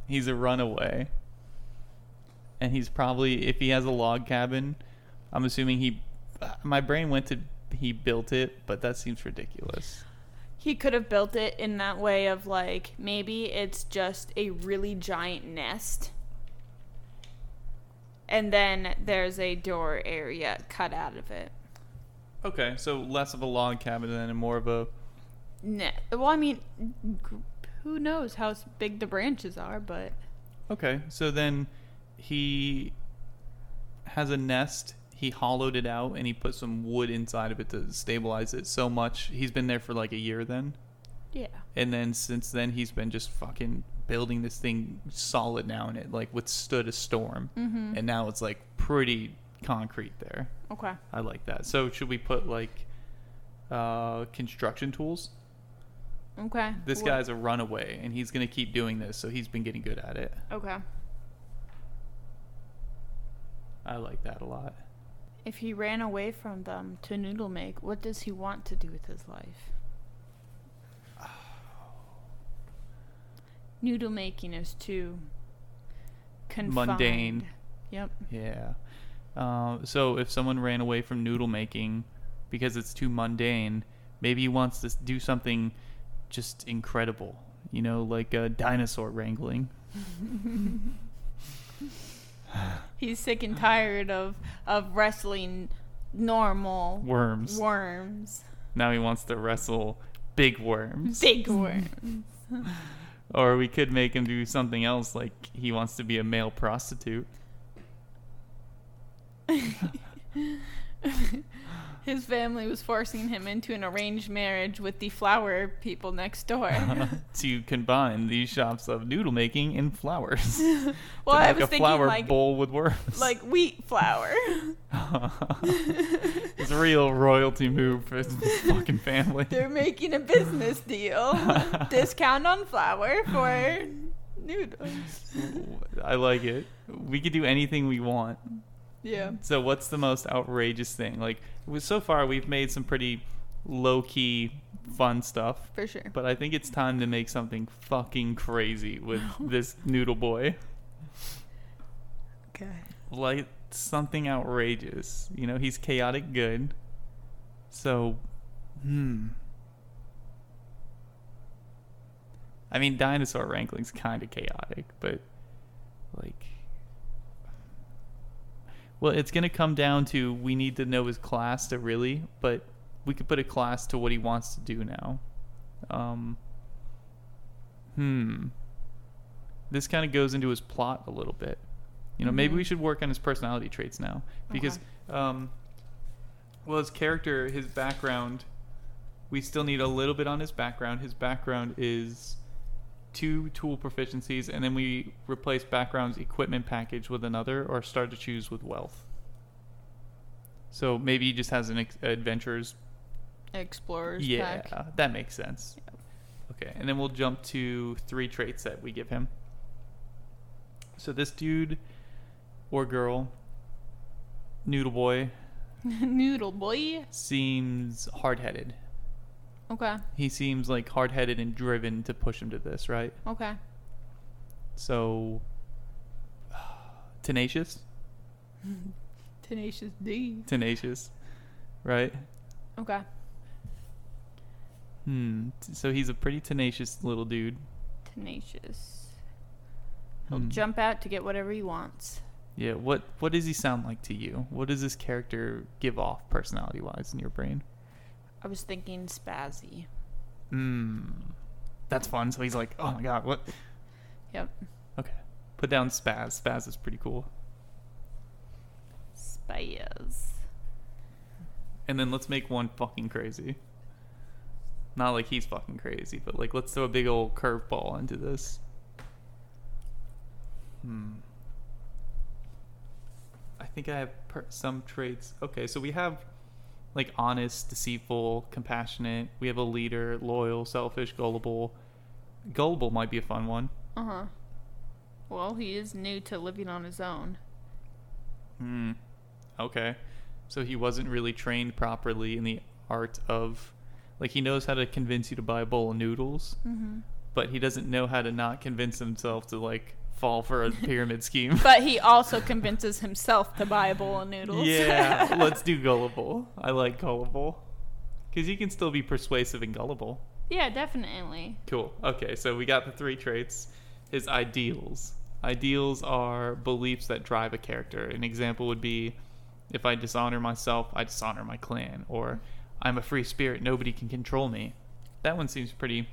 A: He's a runaway. And he's probably if he has a log cabin, I'm assuming he. uh, My brain went to he built it, but that seems ridiculous.
B: He could have built it in that way of like maybe it's just a really giant nest. And then there's a door area cut out of it.
A: Okay, so less of a log cabin then and more of a
B: Ne- well, I mean, g- who knows how s- big the branches are, but
A: Okay, so then he has a nest. He hollowed it out and he put some wood inside of it to stabilize it so much. He's been there for like a year then.
B: yeah.
A: And then since then he's been just fucking building this thing solid now and it like withstood a storm.
B: Mm-hmm.
A: And now it's like pretty concrete there.
B: Okay.
A: I like that. So should we put like uh construction tools?
B: Okay.
A: This
B: Wha-
A: guy's a runaway and he's going to keep doing this, so he's been getting good at it.
B: Okay.
A: I like that a lot.
B: If he ran away from them to noodle make, what does he want to do with his life? Noodle making is too confined.
A: Mundane.
B: Yep.
A: Yeah. Uh, so if someone ran away from noodle making because it's too mundane, maybe he wants to s- do something just incredible. You know, like uh, dinosaur wrangling.
B: He's sick and tired of of wrestling normal
A: Worms.
B: worms,
A: now he wants to wrestle big worms.
B: big worms.
A: Or we could make him do something else, like he wants to be a male prostitute.
B: His family was forcing him into an arranged marriage with the flower people next door.
A: to combine these shops of noodle making and flowers. to
B: well, I
A: make
B: was
A: a
B: thinking
A: flower
B: like
A: bowl with worms.
B: like wheat flour.
A: it's a real royalty move for his fucking family.
B: They're making a business deal. Discount on flour for noodles.
A: I like it. We could do anything we want.
B: Yeah.
A: So what's the most outrageous thing? Like we- so far we've made some pretty low key fun stuff,
B: For sure.
A: but I think it's time to make something fucking crazy with this noodle boy.
B: Okay.
A: Like something outrageous. You know, he's chaotic good. So hmm. I mean, dinosaur wrangling's kind of chaotic, but like, well, it's gonna come down to we need to know his class to really, but we could put a class to what he wants to do now. Um, hmm. This kind of goes into his plot a little bit. You know, maybe
B: Mhm.
A: we should work on his personality traits now because, um, well, his character, his background, we still need a little bit on his background. His background is two tool proficiencies, and then we replace background's equipment package with another, or start to choose with wealth. So maybe he just has an ex- adventurer's
B: Explorers
A: yeah,
B: pack.
A: that makes sense. Okay, and then we'll jump to three traits that we give him. So this dude or girl, noodle boy,
B: Noodle boy.
A: seems hard-headed.
B: Okay.
A: He seems like hard-headed and driven to push him to this, right?
B: Okay.
A: So tenacious,
B: Tenacious D.
A: tenacious, right?
B: Okay.
A: Hmm. t- So he's a pretty tenacious little dude.
B: Tenacious. He'll
A: Hmm.
B: jump out to get whatever he wants.
A: Yeah, what what does he sound like to you? What does this character give off personality wise in your brain?
B: I was thinking spazzy.
A: Hmm. That's fun. So he's like, oh my god, what?
B: Yep.
A: Okay. Put down Spaz. Spaz is pretty cool.
B: Spaz.
A: And then let's make one fucking crazy. Not like he's fucking crazy, but like let's throw a big old curveball into this. Hmm. I think I have per- some traits. Okay, so we have like honest, deceitful, compassionate. We have a leader, loyal, selfish, gullible. Gullible might be a fun one.
B: Uh huh. Well, he is new to living on his own.
A: Hmm. Okay. So he wasn't really trained properly in the art of, like, he knows how to convince you to buy a bowl of noodles,
B: Mm-hmm.
A: but he doesn't know how to not convince himself to like fall for a pyramid scheme.
B: But he also convinces himself to buy a bowl of noodles.
A: yeah, let's do gullible. I like gullible because you can still be persuasive and gullible.
B: yeah, definitely.
A: Cool. Okay, so we got the three traits. His ideals. Ideals are beliefs that drive a character. An example would be if I dishonor myself, I dishonor my clan. Or I'm a free spirit, nobody can control me. That one seems pretty.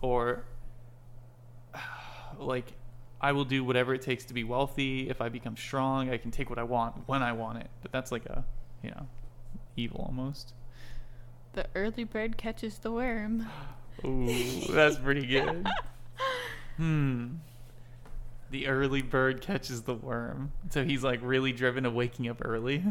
A: Or like, I will do whatever it takes to be wealthy. If I become strong, I can take what I want when I want it. But that's like a, you know, evil almost.
B: The early bird catches the worm.
A: Ooh, that's pretty good. hmm. The early bird catches the worm. So he's like really driven to waking up early.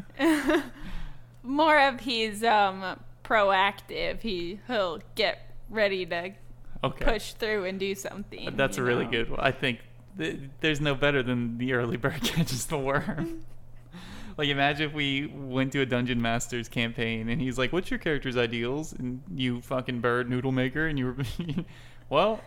B: More of he's um proactive. He he'll get ready to
A: Okay.
B: push through and do something.
A: That's a
B: you
A: really
B: know?
A: good one. I think th- there's no better than the early bird catches the worm. like, imagine if we went to a Dungeon Masters campaign and he's like, What's your character's ideals? And you fucking bird noodle maker. And you were, well,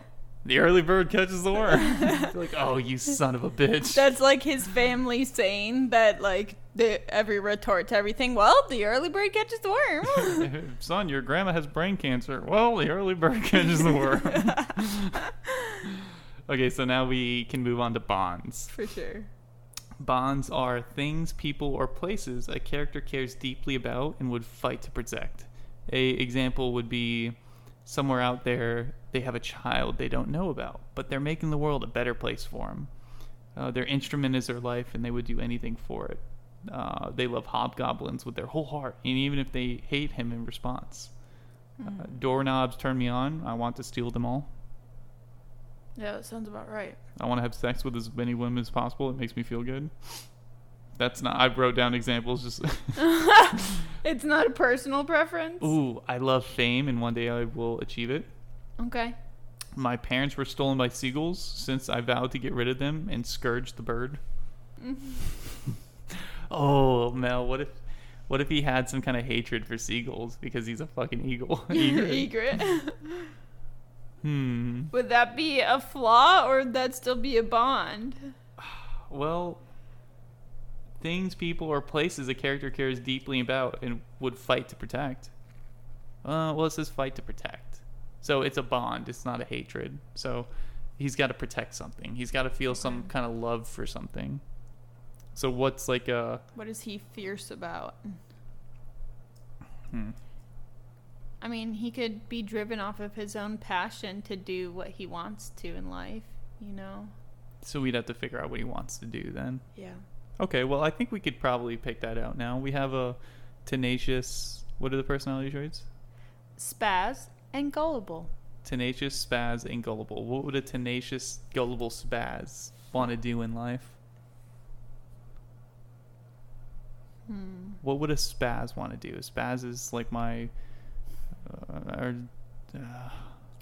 A: the early bird catches the worm. You're like, Oh, you son of a bitch.
B: That's like his family saying that like the every retort to everything. Well, the early bird catches the worm.
A: Son, your grandma has brain cancer. Well, the early bird catches the worm. okay, so now we can move on to bonds.
B: For sure.
A: Bonds are things, people, or places a character cares deeply about and would fight to protect. A example would be somewhere out there they have a child they don't know about, but they're making the world a better place for them. Uh, their instrument is their life, and they would do anything for it. Uh, they love hobgoblins with their whole heart, and even if they hate him in response. Uh, doorknobs turn me on. I want to steal them all.
B: Yeah, that sounds about right.
A: I want to have sex with as many women as possible. It makes me feel good. That's not. I wrote down examples. Just
B: It's not a personal preference.
A: ooh, I love fame, and one day I will achieve it.
B: Okay.
A: My parents were stolen by seagulls. Since I vowed to get rid of them and scourge the bird. oh Mel, what if, what if he had some kind of hatred for seagulls because he's a fucking eagle? Egret.
B: Egret.
A: Hmm.
B: Would that be a flaw or would that still be a bond?
A: Well, things, people, or places a character cares deeply about and would fight to protect. Uh, well, it says fight to protect. So it's a bond. It's not a hatred. So he's got to protect something. He's got to feel some kind of love for something. So what's like a
B: What is he fierce about?
A: hmm,
B: I mean, he could be driven off of his own passion to do what he wants to in life, you know?
A: so we'd have to figure out what he wants to do then.
B: Yeah.
A: Okay, well I think we could probably pick that out now. We have a tenacious. What are the personality traits?
B: Spaz and gullible.
A: Tenacious, spaz, and gullible. What would a tenacious, gullible spaz want to do in life?
B: Hmm.
A: What would a spaz want to do? A spaz is like my. Uh, or, uh,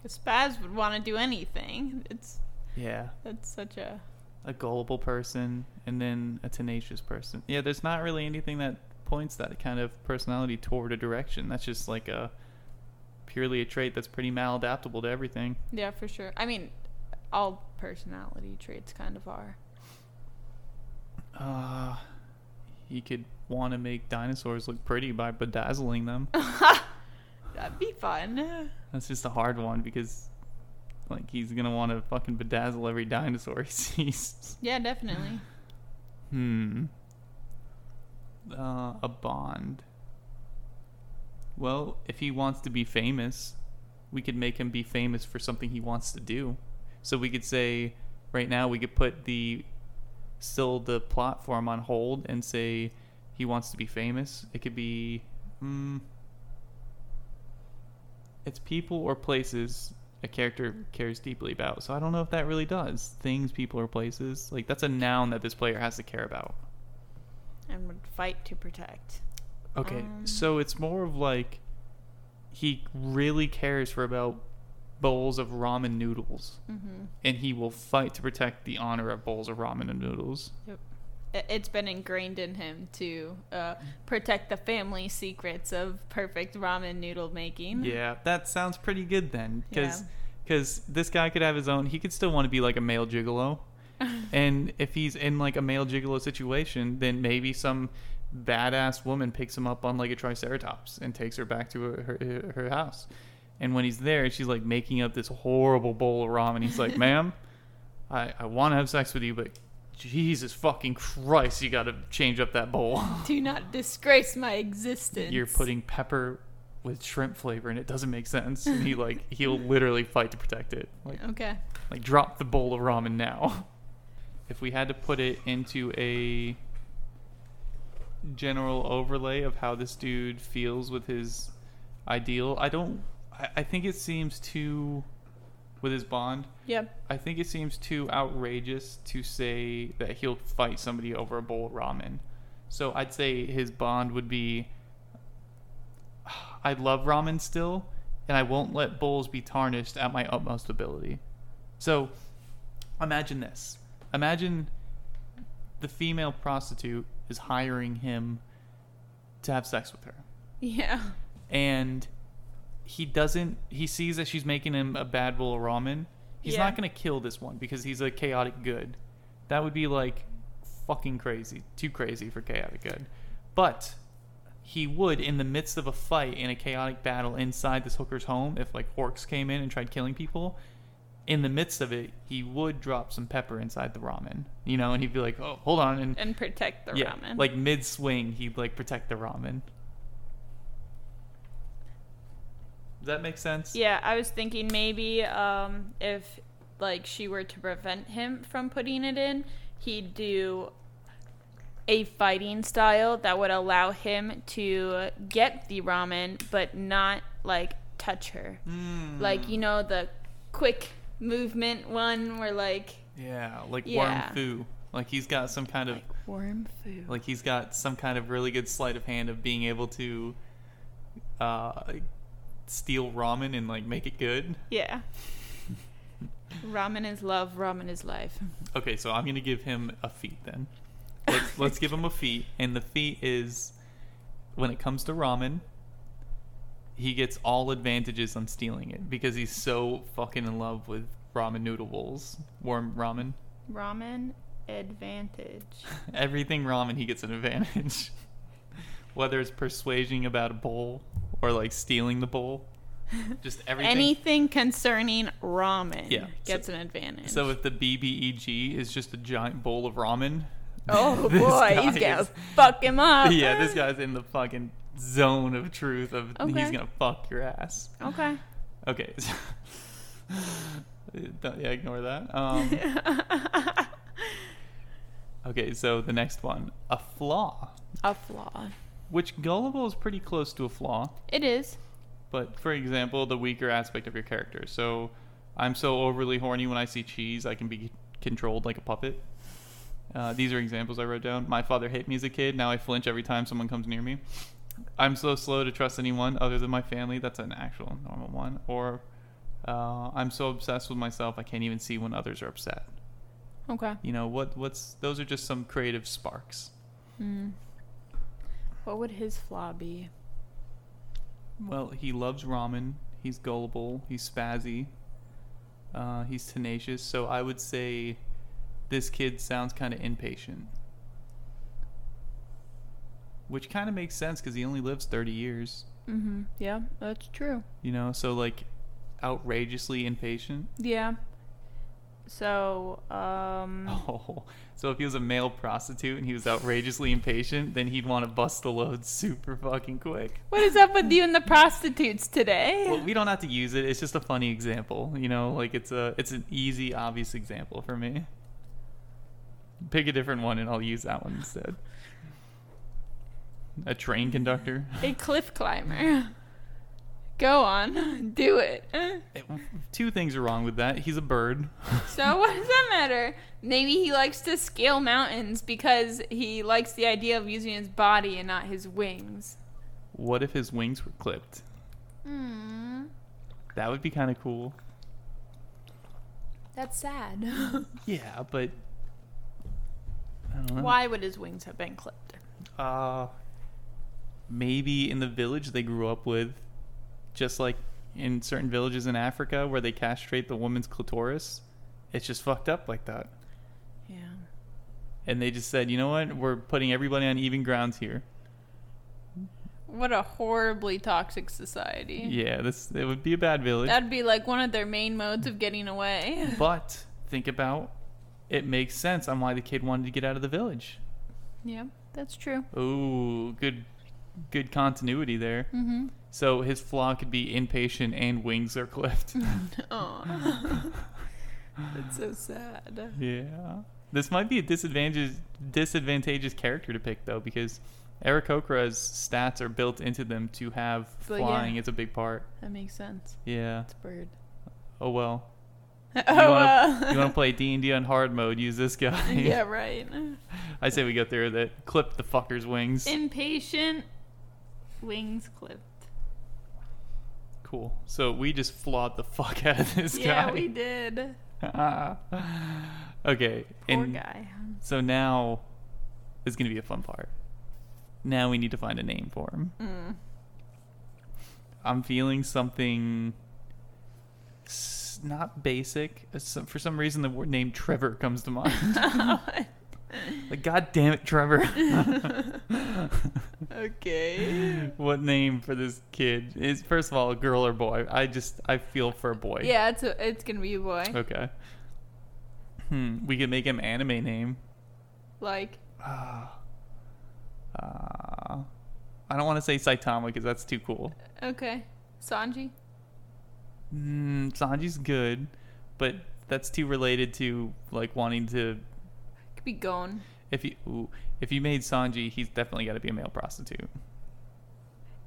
B: A spaz would want to do anything. It's
A: yeah,
B: that's such a
A: a gullible person and then a tenacious person. Yeah, there's not really anything that points that kind of personality toward a direction. That's just like a purely a trait that's pretty maladaptable to everything.
B: yeah for sure. I mean, all personality traits kind of are.
A: Uh, you could want to make dinosaurs look pretty by bedazzling them.
B: That'd be fun.
A: That's just a hard one because, like, he's gonna want to fucking bedazzle every dinosaur he sees.
B: Yeah, definitely.
A: Hmm. Uh, a bond. Well, if he wants to be famous, we could make him be famous for something he wants to do. So we could say, right now, we could put the still the platform on hold and say he wants to be famous. It could be, hmm. It's people or places a character cares deeply about. So I don't know if that really does. Things, people, or places. Like, that's a noun that this player has to care about.
B: And would fight to protect.
A: Okay,
B: Um,
A: so it's more of like he really cares for about bowls of ramen noodles,
B: Mm-hmm.
A: and he will fight to protect the honor of bowls of ramen and noodles.
B: It's been ingrained in him to uh, protect the family secrets of perfect ramen noodle making.
A: Yeah, that sounds pretty good then, because
B: Yeah.
A: this guy could have his own. He could still want to be like a male gigolo, and if he's in like a male gigolo situation, then maybe some badass woman picks him up on like a triceratops and takes her back to her her, her house. And when he's there, she's like making up this horrible bowl of ramen. He's like, "Ma'am, I I want to have sex with you, but Jesus fucking Christ, you got to change up that bowl.
B: Do not disgrace my existence.
A: You're putting pepper." With shrimp flavor, and it doesn't make sense. And he like he'll literally fight to protect it. Like
B: Okay.
A: like, drop the bowl of ramen now. If we had to put it into a general overlay of how this dude feels with his ideal, I don't. I, I think it seems too. With his bond,
B: Yep.
A: I think it seems too outrageous to say that he'll fight somebody over a bowl of ramen. So I'd say his bond would be I love ramen still, and I won't let bowls be tarnished at my utmost ability. So imagine this. Imagine the female prostitute is hiring him to have sex with her
B: Yeah.
A: and he doesn't he sees that she's making him a bad bowl of ramen he's
B: Yeah.
A: not going to kill this one because he's a chaotic good that would be like fucking crazy too crazy for chaotic good but he would in the midst of a fight in a chaotic battle inside this hooker's home if like orcs came in and tried killing people in the midst of it he would drop some pepper inside the ramen you know and he'd be like oh hold on and
B: And protect the
A: yeah,
B: ramen.
A: like mid swing, he'd like protect the ramen. Does that make sense?
B: Yeah, I was thinking maybe um, if like she were to prevent him from putting it in, he'd do a fighting style that would allow him to get the ramen but not like touch her.
A: Hmm,
B: Like you know the quick movement one where like
A: Yeah, like
B: Yeah.
A: worm foo. Like he's got some kind of
B: worm food.
A: like he's got some kind of really good sleight of hand of being able to uh steal ramen and like make it good.
B: yeah. ramen is love, ramen is life.
A: Okay, so I'm gonna give him a feat then. Let's, let's give him a feat, and the feat is when it comes to ramen, he gets all advantages on stealing it because he's so fucking in love with ramen noodle bowls, warm ramen,
B: Ramen advantage.
A: everything ramen. He gets an advantage, whether it's persuading about a bowl or like stealing the bowl. Just everything.
B: Anything concerning ramen
A: Yeah,
B: gets an advantage.
A: so if the BBEG is just a giant bowl of ramen,
B: oh
A: this
B: boy, he's
A: guy
B: gonna
A: is-
B: fuck him up.
A: yeah, this guy's in the fucking zone of truth of he's
B: Okay.
A: gonna fuck your ass.
B: Okay.
A: Okay. so- Don't- yeah, ignore that. Um, okay, so the next one, a flaw,
B: A flaw.
A: which gullible is pretty close to a flaw,
B: It is.
A: but for example, the weaker aspect of your character. So, I'm so overly horny when I see cheese, I can be controlled like a puppet. Uh, these are examples I wrote down. My father hit me as a kid. Now I flinch every time someone comes near me. I'm so slow to trust anyone other than my family. That's an actual normal one. Or uh, I'm so obsessed with myself I can't even see when others are upset.
B: Okay.
A: You know what? What's those are just some creative sparks.
B: Hmm. What would his flaw be?
A: Well, he loves ramen. He's gullible. He's spazzy. Uh, he's tenacious. So I would say this kid sounds kind of impatient. Which kind of makes sense because he only lives 30 years.
B: Mm-hmm. Yeah, that's true.
A: You know, so like outrageously impatient.
B: Yeah. So, um.
A: Oh, so if he was a male prostitute and he was outrageously impatient, then he'd want to bust the load super fucking quick.
B: What is up with you and the prostitutes today?
A: Well, we don't have to use it. It's just a funny example, you know. Like it's a, it's an easy, obvious example for me. Pick a different one, and I'll use that one instead. A train conductor.
B: A cliff climber. Go on, do it.
A: Two things are wrong with that. He's a bird.
B: So what does that matter? Maybe he likes to scale mountains because he likes the idea of using his body and not his wings.
A: What if his wings were clipped?
B: Hmm.
A: That would be kind of cool.
B: That's sad.
A: Yeah, but I don't know.
B: Why would his wings have been clipped?
A: Uh, maybe in the village they grew up with, just like in certain villages in Africa where they castrate the woman's clitoris, it's just fucked up like that.
B: Yeah.
A: And they just said, you know what? We're putting everybody on even grounds here.
B: What a horribly toxic society.
A: Yeah, this it would be a bad village.
B: That'd be like one of their main modes of getting away.
A: but think about it makes sense on why the kid wanted to get out of the village.
B: Yeah, that's true.
A: Ooh, good good continuity there.
B: Mm-hmm.
A: So his flaw could be impatient and wings are clipped.
B: Oh. that's so sad.
A: Yeah. This might be a disadvantageous disadvantageous character to pick though, because Eric Okra's stats are built into them to have
B: But yeah.
A: flying is a big part.
B: That makes sense.
A: Yeah.
B: It's a bird.
A: Oh well.
B: Oh,
A: You wanna,
B: well.
A: you wanna play D and D on hard mode, use this guy.
B: yeah, right.
A: I say we go through that clip the fucker's wings.
B: Impatient, wings clipped.
A: cool. So we just flawed the fuck out of this
B: yeah,
A: guy.
B: we did.
A: okay.
B: Poor
A: and
B: guy.
A: so now is gonna be a fun part. Now we need to find a name for him.
B: Mm.
A: I'm feeling something s- not basic. Uh, some- For some reason, the word name Trevor comes to mind. like, God damn it, Trevor!
B: okay.
A: what name for this kid? Is first of all, a girl or boy? I just I feel for a boy.
B: Yeah, it's a, it's gonna be a boy.
A: Okay. Hmm. We could make him anime name.
B: Like,
A: Ah. Ah. I don't want to say Saitama because that's too cool.
B: okay, Sanji.
A: Mm, Sanji's good, but that's too related to like wanting to
B: Could be Gon.
A: If you ooh, if you made Sanji, he's definitely got to be a male prostitute.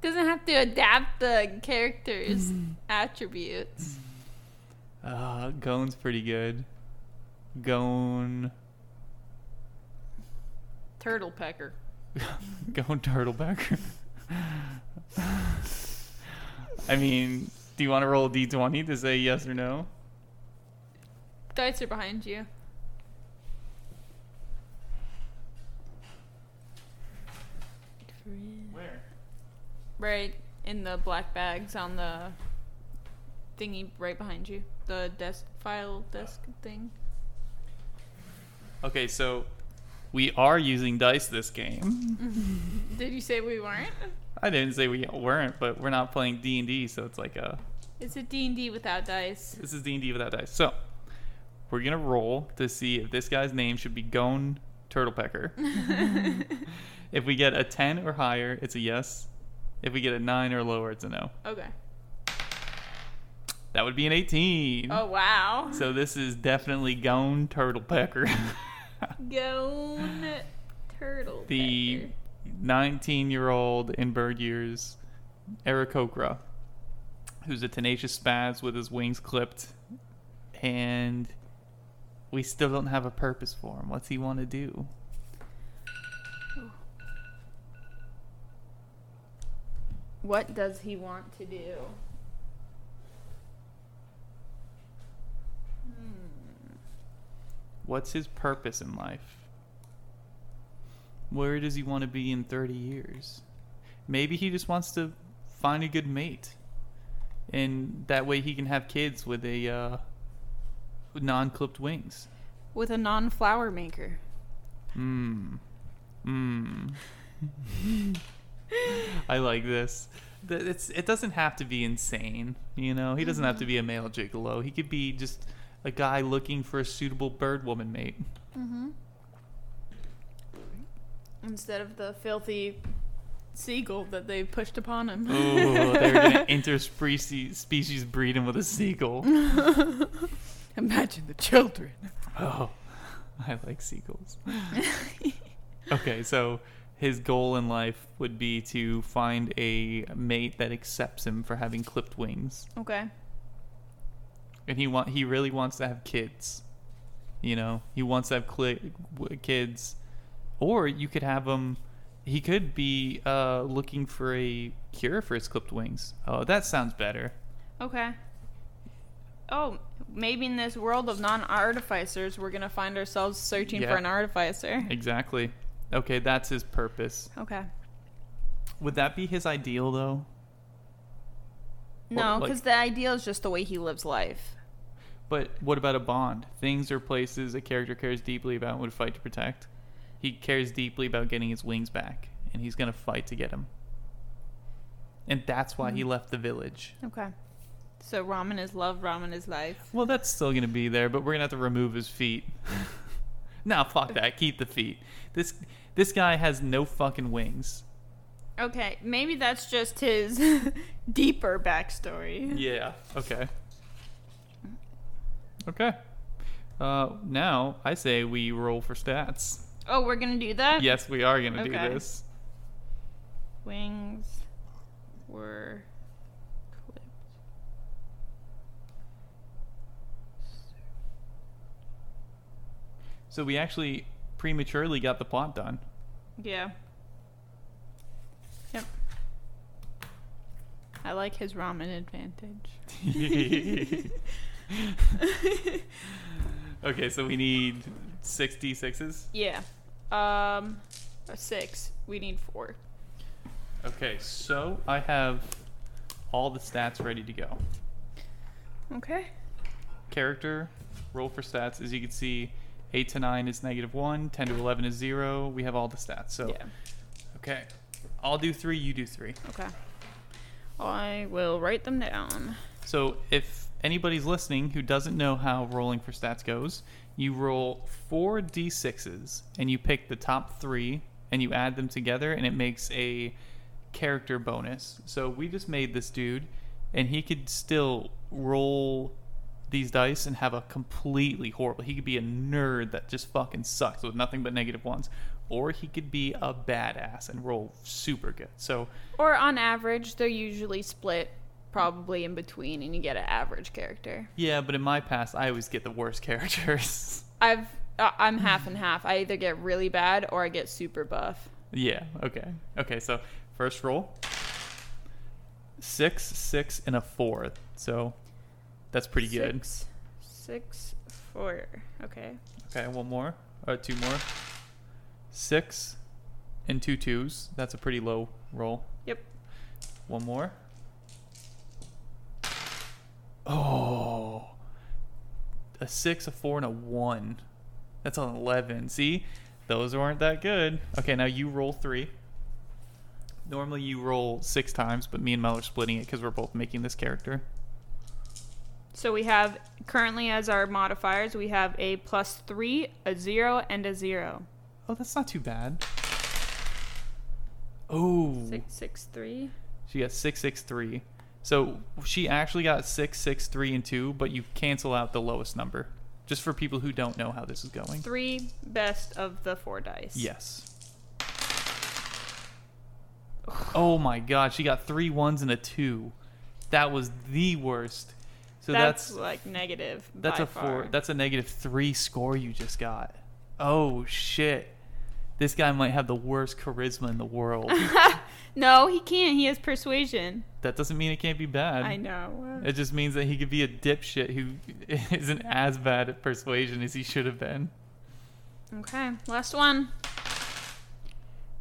B: Doesn't have to adapt the character's attributes.
A: Uh, Gon's pretty good. Gon,
B: Turtle pecker.
A: Gon Turtleback. I mean, do you want to roll a d twenty to say yes or no?
B: Dice are behind you.
A: Where?
B: Right in the black bags on the thingy right behind you. The desk file desk
A: Oh.
B: thing.
A: Okay, so we are using dice this game.
B: Did you say we weren't?
A: I didn't say we weren't, but we're not playing D and D, so it's like a
B: It's a D&D without dice.
A: This is D&D without dice. So, we're going to roll to see if this guy's name should be Gone Turtlepecker. if we get a 10 or higher, it's a yes. If we get a 9 or lower, it's a no.
B: Okay.
A: That would be an 18.
B: Oh wow.
A: So this is definitely Gone Turtlepecker.
B: Gone turtle.
A: the
B: pecker.
A: 19-year-old in bird years, Aarakocra, who's a tenacious spaz with his wings clipped, and we still don't have a purpose for him. What's he want to do?
B: What does he want to do?
A: What's his purpose in life? Where does he want to be in 30 years? Maybe he just wants to find a good mate. And that way he can have kids with a uh, non clipped wings.
B: With a non-flower maker.
A: Mmm. Mmm. I like this. Th- It's, it doesn't have to be insane, you know? He doesn't have to be a male gigolo. He could be just a guy looking for a suitable bird woman mate.
B: Mm-hmm. Instead of the filthy seagull that they pushed upon him.
A: Ooh, they're gonna interspecies species breed him with a seagull.
B: Imagine the children.
A: Oh, I like seagulls. okay, so his goal in life would be to find a mate that accepts him for having clipped wings,
B: Okay.
A: and he want he really wants to have kids. You know, he wants to have cli- w- kids, or you could have him. He could be uh, looking for a cure for his clipped wings. Oh, that sounds better.
B: Okay. Oh, maybe in this world of non-artificers, we're gonna find ourselves searching
A: Yeah.
B: for an artificer.
A: Exactly. Okay, that's his purpose.
B: Okay.
A: Would that be his ideal though?
B: No,
A: like-
B: because the ideal is just the way he lives life.
A: But what about a bond? Things or places a character cares deeply about and would fight to protect. He cares deeply about getting his wings back, and he's gonna fight to get them. And that's why he left the village.
B: Okay. So ramen is love, ramen is life.
A: Well, that's still gonna be there, but we're gonna have to remove his feet. nah, fuck that. Keep the feet. This this guy has no fucking wings.
B: Okay, maybe that's just his deeper backstory.
A: Yeah. Okay. Okay. Uh, now I say we roll for stats.
B: Oh, we're gonna do that?
A: Yes, we are gonna
B: Okay.
A: do this.
B: Wings were clipped.
A: So we actually prematurely got the plot done.
B: Yeah. Yep. I like his ramen advantage.
A: okay, so we need six d sixes.
B: Yeah. Um, a six. We need four.
A: Okay, so I have all the stats ready to go.
B: Okay.
A: character roll for stats as you can see 8 to 9 is negative 1 10 to 11 is 0 we have all the stats so
B: Yeah.
A: okay i'll do 3 you do 3
B: Okay. I will write them down.
A: so if anybody's listening who doesn't know how rolling for stats goes you roll 4 d6s and you pick the top 3 and you add them together and it makes a character bonus so we just made this dude and he could still roll these dice and have a completely horrible. He could be a nerd that just fucking sucks with nothing but negative ones, or he could be a badass and roll super good. So
B: Or on average, they're usually split probably in between, and you get an average character.
A: yeah, but in my past, I always get the worst characters.
B: I've uh, I'm half and half. I either get really bad or I get super buff.
A: yeah. Okay. Okay. So first roll six, six, and a four. So that's pretty
B: Six, six, four. Okay.
A: good. Okay. One more. Uh, two more. Six and two twos. That's a pretty low roll.
B: Yep.
A: One more. Oh. A six, a four, and a one. That's an 11. See? Those weren't that good. Okay, now you roll three. Normally you roll six times, but me and Mel are splitting it because we're both making this character.
B: So we have currently as our modifiers, we have a plus three, a zero, and a zero.
A: Oh, that's not too bad. Oh,
B: Six, six, three.
A: she got six six three. So she actually got six six three and two, but you cancel out the lowest number, just for people who don't know how this is going.
B: Three best of the four dice.
A: Yes. Oh my god, she got three ones and a two. That was the worst. So
B: that's,
A: that's
B: like negative.
A: that's
B: by
A: a four.
B: far.
A: That's a negative three score you just got. Oh shit. This guy might have the worst charisma in the world.
B: no, he can't. He has persuasion.
A: that doesn't mean it can't be bad.
B: I know.
A: It just means that he could be a dipshit who isn't as bad at persuasion as he should have been.
B: Okay, last one.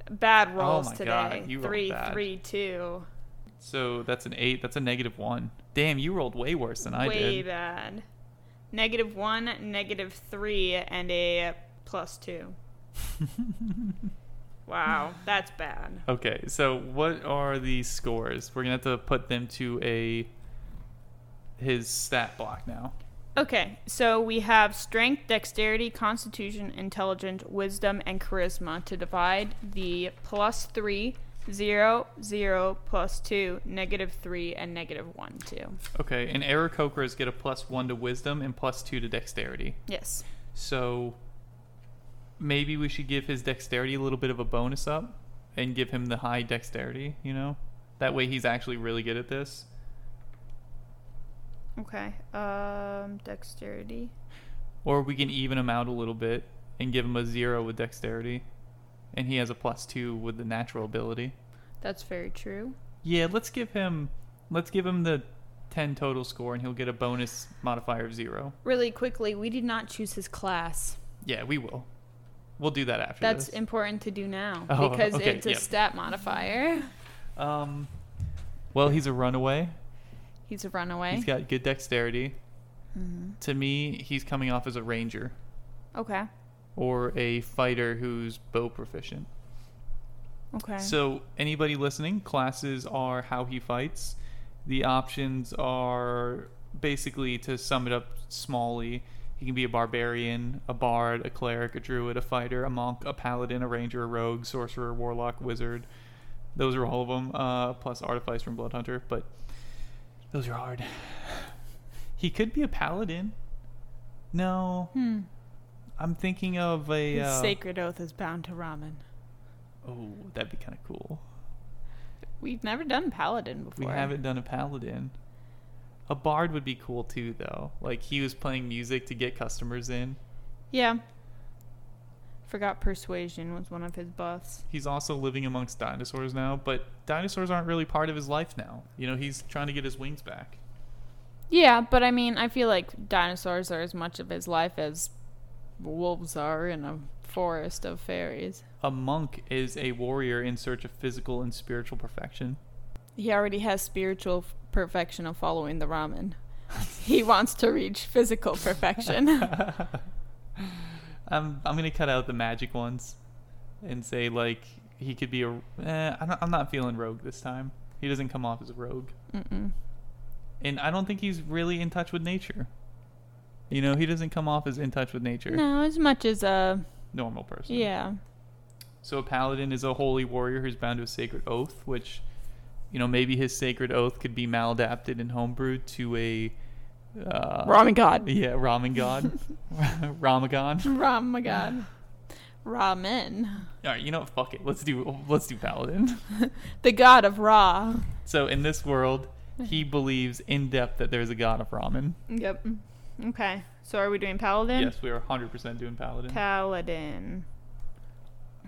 B: Bad rolls
A: Oh my
B: today.
A: God, you rolled
B: three,
A: bad.
B: three, two.
A: So that's an eight. That's a negative one. Damn, you rolled way worse than I
B: Way
A: did.
B: bad. Negative one, negative three, and a plus two. Wow, that's bad.
A: Okay, so what are these scores? We're gonna have to put them to a his stat block now.
B: Okay, so we have strength, dexterity, constitution, intelligence, wisdom, and charisma to divide the plus three, zero, zero, plus two, negative three, and negative one, two.
A: Okay, and error cokras get a plus one to wisdom and plus two to dexterity.
B: Yes.
A: So maybe we should give his dexterity a little bit of a bonus up and give him the high dexterity, you know? That way he's actually really good at this.
B: Okay. Um, dexterity.
A: Or we can even him out a little bit and give him a zero with dexterity. And he has a plus two with the natural ability.
B: That's very true.
A: Yeah, let's give him let's give him the ten total score and he'll get a bonus modifier of zero.
B: Really quickly, we did not choose his class.
A: Yeah, we will. We'll do that after
B: That's
A: this.
B: important to do now
A: Oh,
B: because
A: okay,
B: it's a
A: yep.
B: stat modifier.
A: um well he's a runaway.
B: He's a runaway. Mm-hmm.
A: He's got good dexterity. To me, he's coming off as a ranger
B: okay.
A: or a fighter who's bow proficient.
B: Okay.
A: So, anybody listening, classes are how he fights. The options are basically to sum it up smally. He can be a barbarian, a bard, a cleric, a druid, a fighter, a monk, a paladin, a ranger, a rogue, sorcerer, warlock, wizard. Those are all of them, uh, plus artifice from Bloodhunter, but those are hard. he could be a paladin. No,
B: hmm.
A: I'm thinking of a.
B: His
A: Uh,
B: sacred oath is bound to ramen.
A: oh, that'd be kind of cool.
B: We've never done paladin
A: We
B: before.
A: haven't done a paladin. A bard would be cool too, though. Like he was playing music to get customers in.
B: Yeah. Forgot persuasion was one of his buffs.
A: He's also living amongst dinosaurs now, but dinosaurs aren't really part of his life now. You know, he's trying to get his wings back.
B: Yeah, but I mean, I feel like dinosaurs are as much of his life as wolves are in a forest of fairies.
A: A monk is a warrior in search of physical and spiritual perfection.
B: He already has spiritual f- perfection of following the ramen. he wants to reach physical perfection.
A: I'm I'm gonna cut out the magic ones, and say like he could be a. Eh, I'm not, I'm not feeling rogue this time. He doesn't come off as a rogue.
B: Mm-mm.
A: and I don't think he's really in touch with nature. You know, he doesn't come off as in touch with nature.
B: No, as much as uh,
A: Normal person.
B: yeah,
A: So a paladin is a holy warrior who's bound to a sacred oath, which, you know, maybe his sacred oath could be maladapted in homebrew to a. Uh,
B: ramen god,
A: Yeah, ramen god, Ramagon.
B: ramen god, ramen,
A: All right, you know, what, fuck it. Let's do let's do paladin.
B: the god of Ra.
A: So in this world, he believes in depth that there's a god of ramen.
B: Yep. Okay, so are we doing paladin?
A: Yes, we are 100% doing paladin.
B: Paladin.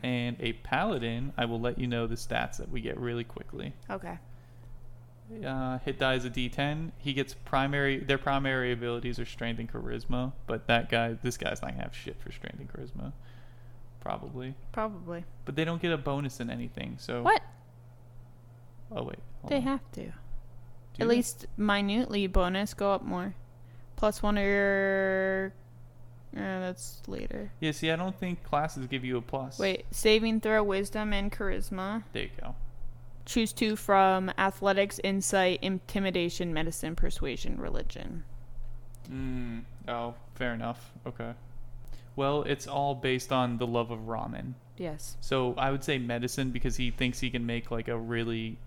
A: and a paladin, I will let you know the stats that we get really quickly.
B: Okay.
A: Uh, hit die is a D10. He gets primary. Their primary abilities are strength and charisma, but that guy, this guy's not gonna have shit for strength and charisma, probably.
B: Probably.
A: But they don't get a bonus in anything. So
B: What?
A: Oh wait. hold
B: They
A: on.
B: have to.
A: Do
B: At
A: they?
B: least minutely bonus go up more. Plus one of your. Uh, that's later.
A: Yeah. See, I don't think classes give you a plus.
B: Wait, saving throw, wisdom, and charisma.
A: There you go.
B: Choose two from athletics, insight, intimidation, medicine, persuasion, religion.
A: Mm, oh, fair enough. Okay. Well, it's all based on the love of ramen.
C: Yes.
A: So I would say medicine because he thinks he can make like a really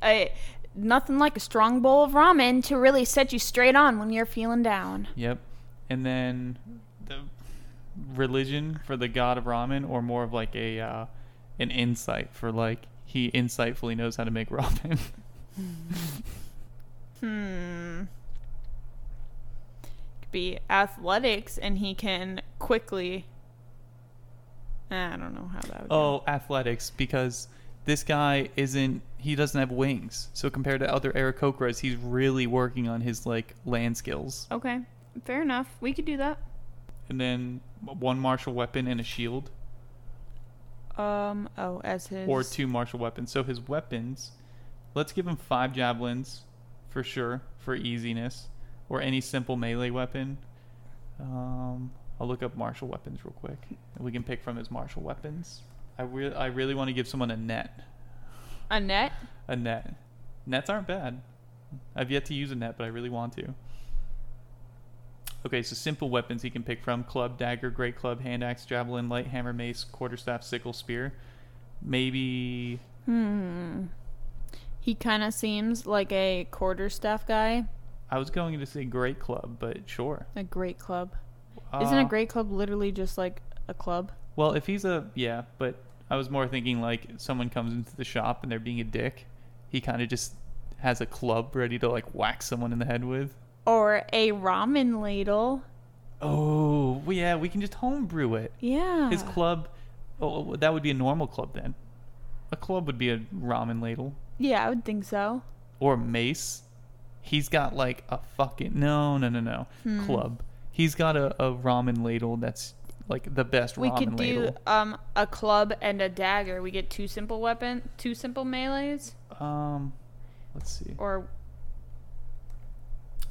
C: I, nothing like a strong bowl of ramen to really set you straight on when you're feeling down.
A: yep. And then the religion for the god of ramen, or more of like a uh, an insight for like he insightfully knows how to make ramen.
B: Hmm. Could be athletics, and he can quickly. I don't know how that would.
A: oh, athletics because this guy isn't he doesn't have wings. So compared to other Aarakocras, he's really working on his like land skills.
B: Go. Okay, fair enough. We could do that.
A: And then one martial weapon and a shield.
B: Um. Oh, as his.
A: or two martial weapons. So his weapons, let's give him five javelins for sure for easiness, or any simple melee weapon. Um, I'll look up martial weapons real quick. We can pick from his martial weapons. I re- I really want to give someone a net.
B: A net.
A: A net. Nets aren't bad. I've yet to use a net, but I really want to. Okay, so simple weapons he can pick from club, dagger, great club, hand axe, javelin, light hammer, mace, quarterstaff, sickle, spear. Maybe
B: Hmm. He kind of seems like a quarterstaff guy.
A: I was going to say great club, but sure.
B: A great club. Isn't a
A: Uh,
B: great club literally just like a club?
A: Well, if he's a yeah, but I was more thinking like someone comes into the shop and they're being a dick. He kind of just has a club ready to like whack someone in the head with.
B: Or a ramen ladle.
A: Oh, well, yeah, we can just homebrew it.
B: Yeah.
A: His club, oh, that would be a normal club then. A club would be a ramen ladle
B: yeah, I would think so.
A: or a mace. He's got like a fucking no, no, no, no
B: Hmm.
A: club. He's got a, a ramen ladle that's like the best
B: We
A: ramen
B: could do
A: ladle.
B: um a club and a dagger. We get two simple weapon, two simple melees,
A: Um, let's see.
B: or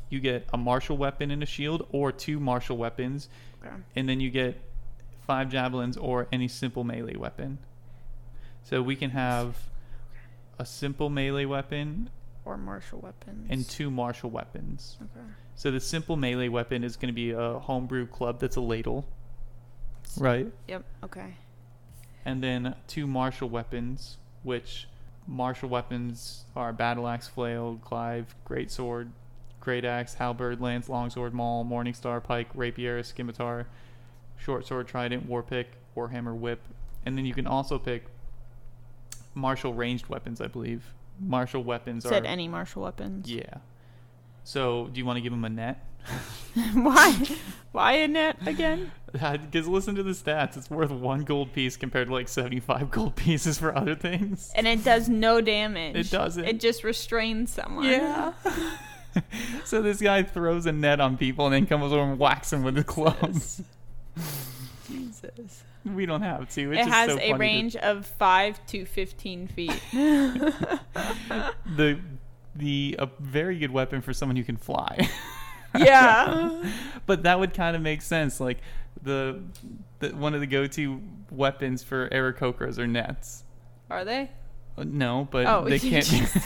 A: You get a martial weapon and a shield, or two martial weapons,
B: Okay.
A: and then you get five javelins or any simple melee weapon. So we can have a simple melee weapon
B: or martial weapons.
A: and two martial weapons.
B: Okay.
A: So the simple melee weapon is going to be a homebrew club that's a ladle, right?
B: Yep. Okay.
A: And then two martial weapons, which martial weapons are battle axe, flail, clive, great sword, great axe, halberd, lance, longsword, maul, morningstar, pike, rapier, scimitar, short sword, trident, war pick, warhammer, whip, and then you can also pick martial ranged weapons, I believe. Martial weapons
B: Said
A: are
B: any martial weapons.
A: yeah. So do you want to give him a net?
B: Why? Why a net again?
A: Because listen to the stats. It's worth one gold piece compared to like seventy-five gold pieces for other things.
B: And it does no damage.
A: It doesn't.
B: It just restrains someone.
A: so this guy throws a net on people and then comes over and whacks them with a club.
C: Jesus.
A: we don't have to. It's
B: It
A: just
B: has
A: so funny
B: a
A: that
B: range of five to fifteen feet.
A: The the a very good weapon for someone who can fly.
B: yeah.
A: but that would kind of make sense. Like the, the one of the go-to weapons for Aarakocras are nets.
B: Are they?
A: Uh, No, but
B: Oh,
A: they
B: you
A: can't
B: just-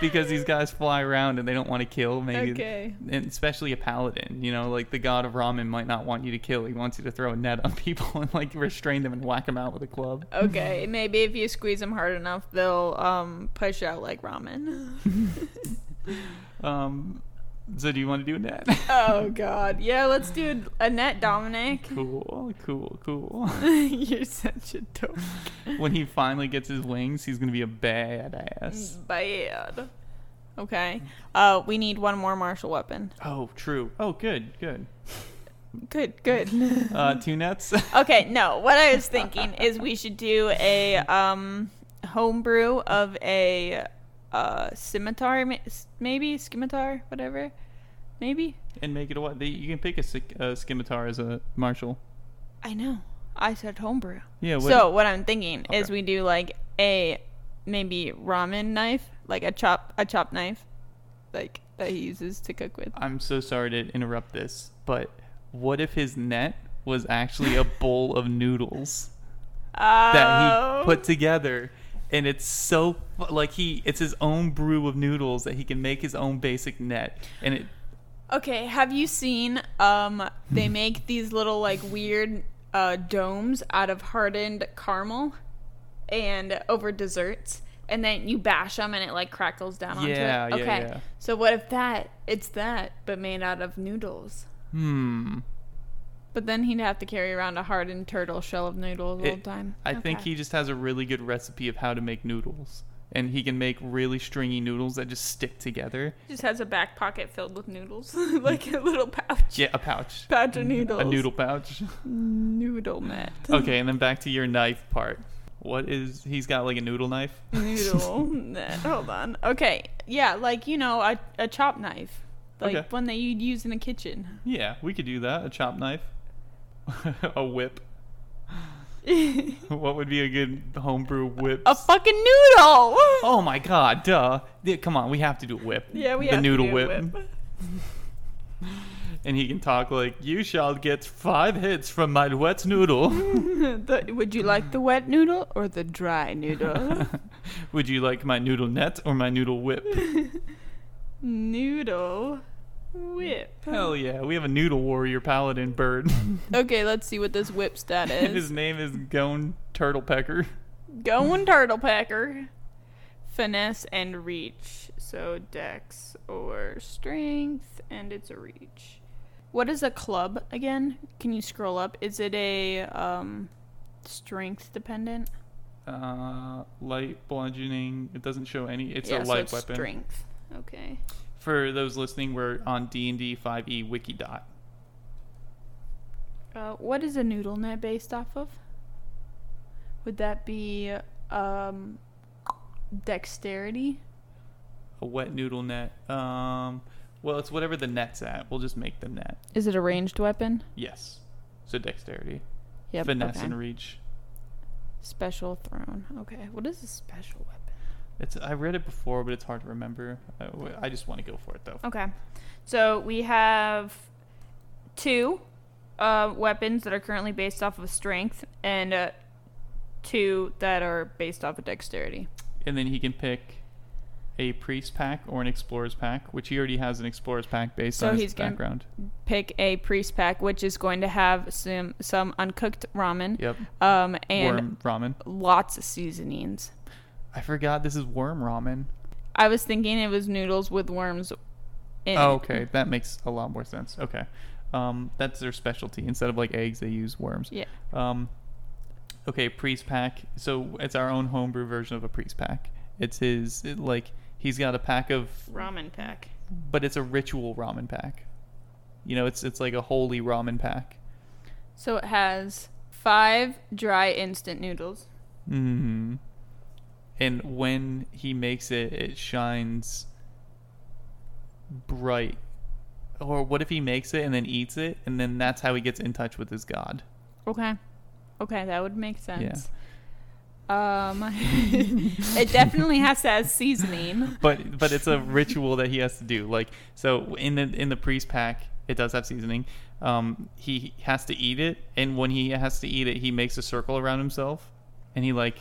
A: because these guys fly around and they don't want to kill. Maybe
B: Okay.
A: and especially a paladin. You know, like the god of ramen might not want you to kill. He wants you to throw a net on people and like restrain them and whack them out with a club.
B: Okay, maybe if you squeeze them hard enough, they'll um, push out like ramen.
A: Um, so do you want to do a net?
B: oh God, yeah, let's do Annette Dominic.
A: cool, cool, cool.
B: You're such a dope.
A: when he finally gets his wings, he's gonna be a
B: Mm.
A: badass.
B: Bad. Okay, uh, we need one more martial weapon.
A: Oh, true. Oh, good, good.
B: Good, good.
A: Uh, two nets.
B: okay, no, what I was thinking is we should do a um, homebrew of a uh, scimitar, ma- s- maybe scimitar, whatever, maybe.
A: and make it a what? They- You can pick a, sc- a scimitar as a marshal.
B: I know. I said homebrew.
A: Yeah. What,
B: So what I'm thinking is
A: Okay.
B: we do like a maybe ramen knife, like a chop a chop knife, like that he uses to cook with.
A: I'm so sorry to interrupt this, but what if his net was actually a bowl of noodles? that
B: Oh.
A: he put together and it's so fu- like he it's his own brew of noodles that he can make his own basic net and it
B: Okay, have you seen um
A: Hmm.
B: they make these little like weird uh domes out of hardened caramel and over desserts and then you bash them and it like crackles down onto
A: Yeah,
B: it.
A: yeah,
B: Okay.
A: yeah.
B: So what if that it's that but made out of noodles?
A: Hmm.
B: But then he'd have to carry around a hardened turtle shell of noodles all the
A: It-
B: time.
A: I think
B: Okay.
A: he just has a really good recipe of how to make noodles. And he can make really stringy noodles that just stick together.
B: just has a back pocket filled with noodles, like a little pouch.
A: Yeah, a pouch.
B: Pouch of noodles.
A: A noodle pouch.
B: Noodle mat.
A: okay, and then back to your knife part. What is he's got like a noodle knife?
B: noodle. net. Hold on. Okay. Yeah, like you know, a a chop knife, like
A: Okay.
B: one that you'd use in a kitchen.
A: Yeah, we could do that. A chop knife. a whip.
B: a
A: What would be a good homebrew whip?
B: fucking noodle.
A: oh my god, duh. Yeah, come on, we have to do whip.
B: Yeah, we
A: the
B: have to
A: noodle
B: do a
A: whip. And he can talk like, "You shall get five hits from my wet noodle."
B: The- would you like the wet noodle or the dry noodle?
A: Would you like my noodle net or my noodle whip?
B: noodle whip.
A: Hell yeah, we have a noodle warrior paladin bird.
B: Okay, let's see what this whip stat
A: and his
B: is.
A: name is Gone Turtle Pecker.
B: Going turtle packer. Finesse and reach. So dex or strength, and it's a reach. What is a club again? Can you scroll up? Is it a um, strength dependent?
A: Uh, light bludgeoning. It doesn't show any. It's
B: Yeah,
A: a
B: so
A: light
B: it's
A: weapon.
B: Strength. Okay.
A: For those listening, we're on D and D five E Wiki dot.
B: Uh, what is a noodle net based off of? Would that be um, dexterity?
A: A wet noodle net. Um, well, it's whatever the net's at. We'll just make the net.
B: Is it a ranged weapon?
A: Yes. So dexterity,
B: Yep.
A: finesse,
B: okay.
A: and reach.
B: Special thrown. Okay. What is a special weapon?
A: It's. I read it before, but it's hard to remember. I, I just want to go for it though.
B: Okay. So we have two uh, weapons that are currently based off of strength and uh, two that are based off of dexterity.
A: and then he can pick a priest pack or an explorer's pack, which he already has an explorer's pack based
B: So
A: on his
B: he's gonna-
A: background.
B: Pick a priest pack, which is going to have some some uncooked ramen
A: Yep.
B: um, and
A: worm ramen.
B: lots of seasonings.
A: I forgot this is worm ramen.
B: I was thinking it was noodles with worms in
A: Oh,
B: it.
A: okay. That makes a lot more sense. Okay. Um, that's their specialty. Instead of like eggs, they use worms.
B: Yeah.
A: Um, okay, priest pack. So it's our own homebrew version of a priest pack. It's his, it, like, he's got a pack of,
B: Ramen pack.
A: but it's a ritual ramen pack. You know, it's it's like a holy ramen pack.
B: So it has five dry instant noodles.
A: hmm And when he makes it, it shines bright. Or what if he makes it and then eats it, and then that's how he gets in touch with his god?
B: Okay. Okay, that would make sense. Um it definitely has to have seasoning.
A: But but it's a ritual that he has to do. Like so in the in the priest pack, it does have seasoning. Um, he has to eat it, and when he has to eat it, he makes a circle around himself, and he like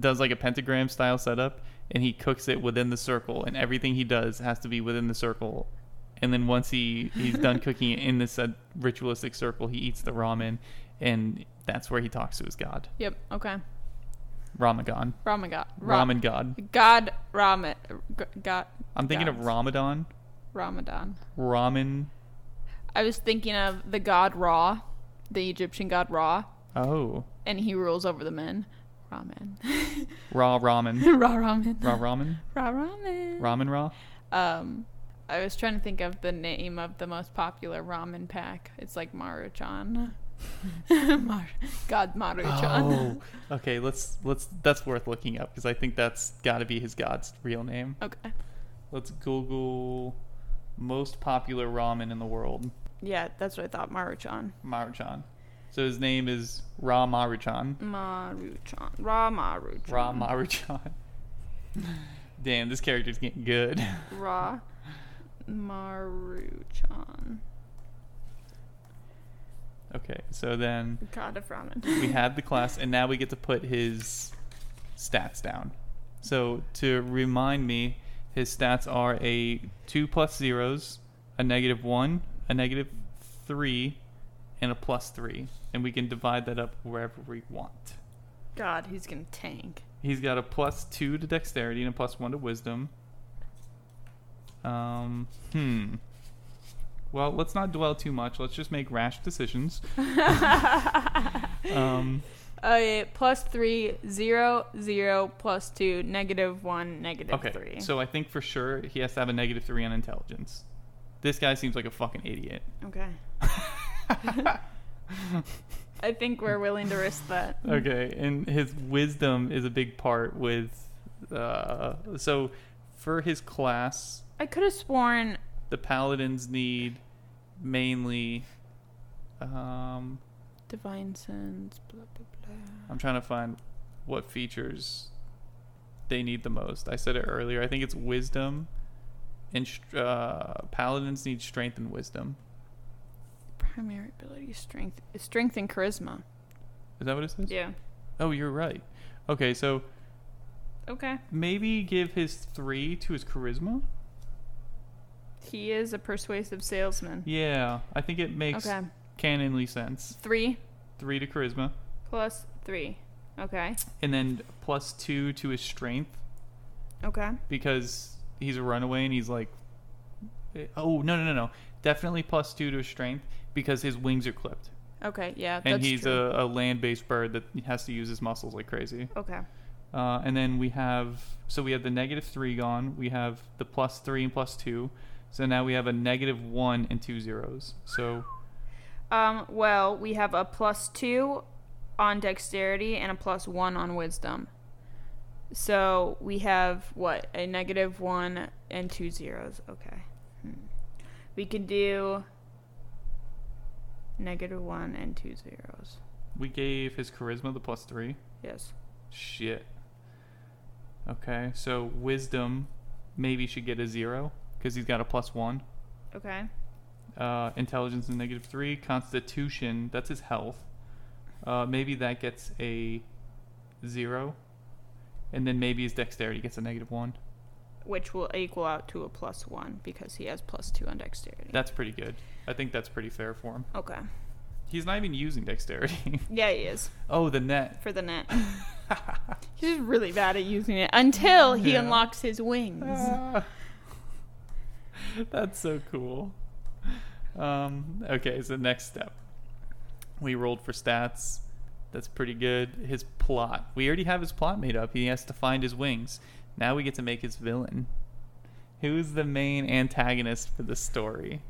A: does like a pentagram style setup, and he cooks it within the circle, and everything he does has to be within the circle. And then once he he's done cooking it in this uh, ritualistic circle, he eats the ramen, and that's where he talks to his god,
B: Yep, okay.
A: Ramagon,
B: Ramen god. Ra-
A: ramen god.
B: God ramen g- god
A: I'm thinking of
B: gods.
A: Ramadan,
B: Ramadan.
A: ramen.
B: I was thinking of the god Ra, the Egyptian god Ra,
A: Oh.
B: and he rules over the men. Ramen.
A: Raw ramen.
B: Ra ramen.
A: Raw ramen?
B: Ra ramen.
A: Ramen raw?
B: Um, I was trying to think of the name of the most popular ramen pack. It's like Maruchan. Mar- God Maruchan.
A: Okay, let's let's that's worth looking up because I think that's gotta be his god's real name.
B: Okay.
A: Let's Google most popular ramen in the world.
B: Yeah, that's what I thought. Maruchan.
A: Maruchan. So his name is Ra Maruchan.
B: Maruchan. Ra Maruchan.
A: Ra Maruchan. Damn, this character's getting good.
B: Ra Maruchan.
A: Okay, so then
B: God of ramen.
A: we had the class and now we get to put his stats down so to remind me his stats are a 2 plus zeros a negative one, a negative three, and a plus three, and we can divide that up wherever we want.
B: God, he's gonna tank.
A: He's got a plus two to dexterity and a plus one to wisdom. Um, hmm. Well, let's not dwell too much. Let's just make rash decisions. Um,
B: Okay, Oh, plus three, zero, zero, plus two, negative one, negative
A: okay.
B: three.
A: So I think for sure he has to have a negative three on intelligence. This guy seems like a fucking idiot.
B: okay. I think we're willing to risk that.
A: Okay, and his wisdom is a big part with. Uh, so, for his class,
B: I could have sworn.
A: the paladins need mainly. Um,
B: Divine sense, blah, blah, blah.
A: I'm trying to find what features they need the most. I said it earlier. I think it's wisdom, and str- uh, paladins need strength and wisdom.
B: Primary ability, strength, strength and charisma.
A: Is that what it says?
B: Yeah.
A: Oh, you're right. Okay, so
B: Okay.
A: maybe give his three to his charisma.
B: He is a persuasive salesman.
A: Yeah, I think it makes
B: Okay.
A: canonly sense.
B: Three
A: Three to charisma,
B: plus three. Okay.
A: and then plus two to his strength
B: Okay.
A: because he's a runaway and he's like, oh no no no no, definitely plus two to his strength because his wings are clipped
B: Okay. Yeah.
A: and
B: that's
A: he's
B: true.
A: a, a land-based bird that has to use his muscles like crazy.
B: Okay.
A: Uh, and then we have so we have the negative three gone. We have the plus three and plus two. So now we have a negative one and two zeros. So
B: Um, well, we have a plus two on dexterity and a plus one on wisdom. So we have what a negative one and two zeros. Okay, hmm. we could do negative one and two zeros.
A: we gave his charisma the plus three.
B: Yes.
A: Shit. Okay, so wisdom maybe should get a zero because he's got a plus one.
B: Okay.
A: Uh, intelligence is negative three. Constitution, that's his health. Uh, maybe that gets a zero. And then maybe his dexterity gets a negative one.
B: Which will equal out to a plus one because he has plus two on dexterity.
A: That's pretty good. I think that's pretty fair for him.
B: okay.
A: He's not even using dexterity.
B: Yeah, he is
A: oh, the net.
B: for the net. He's just really bad at using it until he
A: Yeah.
B: unlocks his wings.
A: Ah. that's so cool. Um, okay, so next step. We rolled for stats. That's pretty good. His plot. We already have his plot made up. He has to find his wings. Now we get to make his villain. Who's the main antagonist for the story?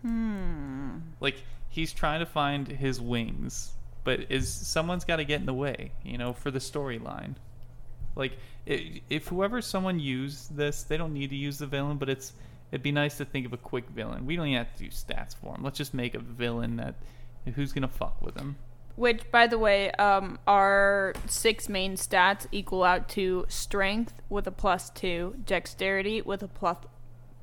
B: Hmm.
A: Like, he's trying to find his wings, but is someone's got to get in the way, you know, for the storyline. Like, i if whoever someone used this, they don't need to use the villain, but it's it'd be nice to think of a quick villain. We don't even have to do stats for him. Let's just make a villain that who's gonna fuck with him.
B: Which, by the way, um, our six main stats equal out to strength with a plus two, dexterity with a plus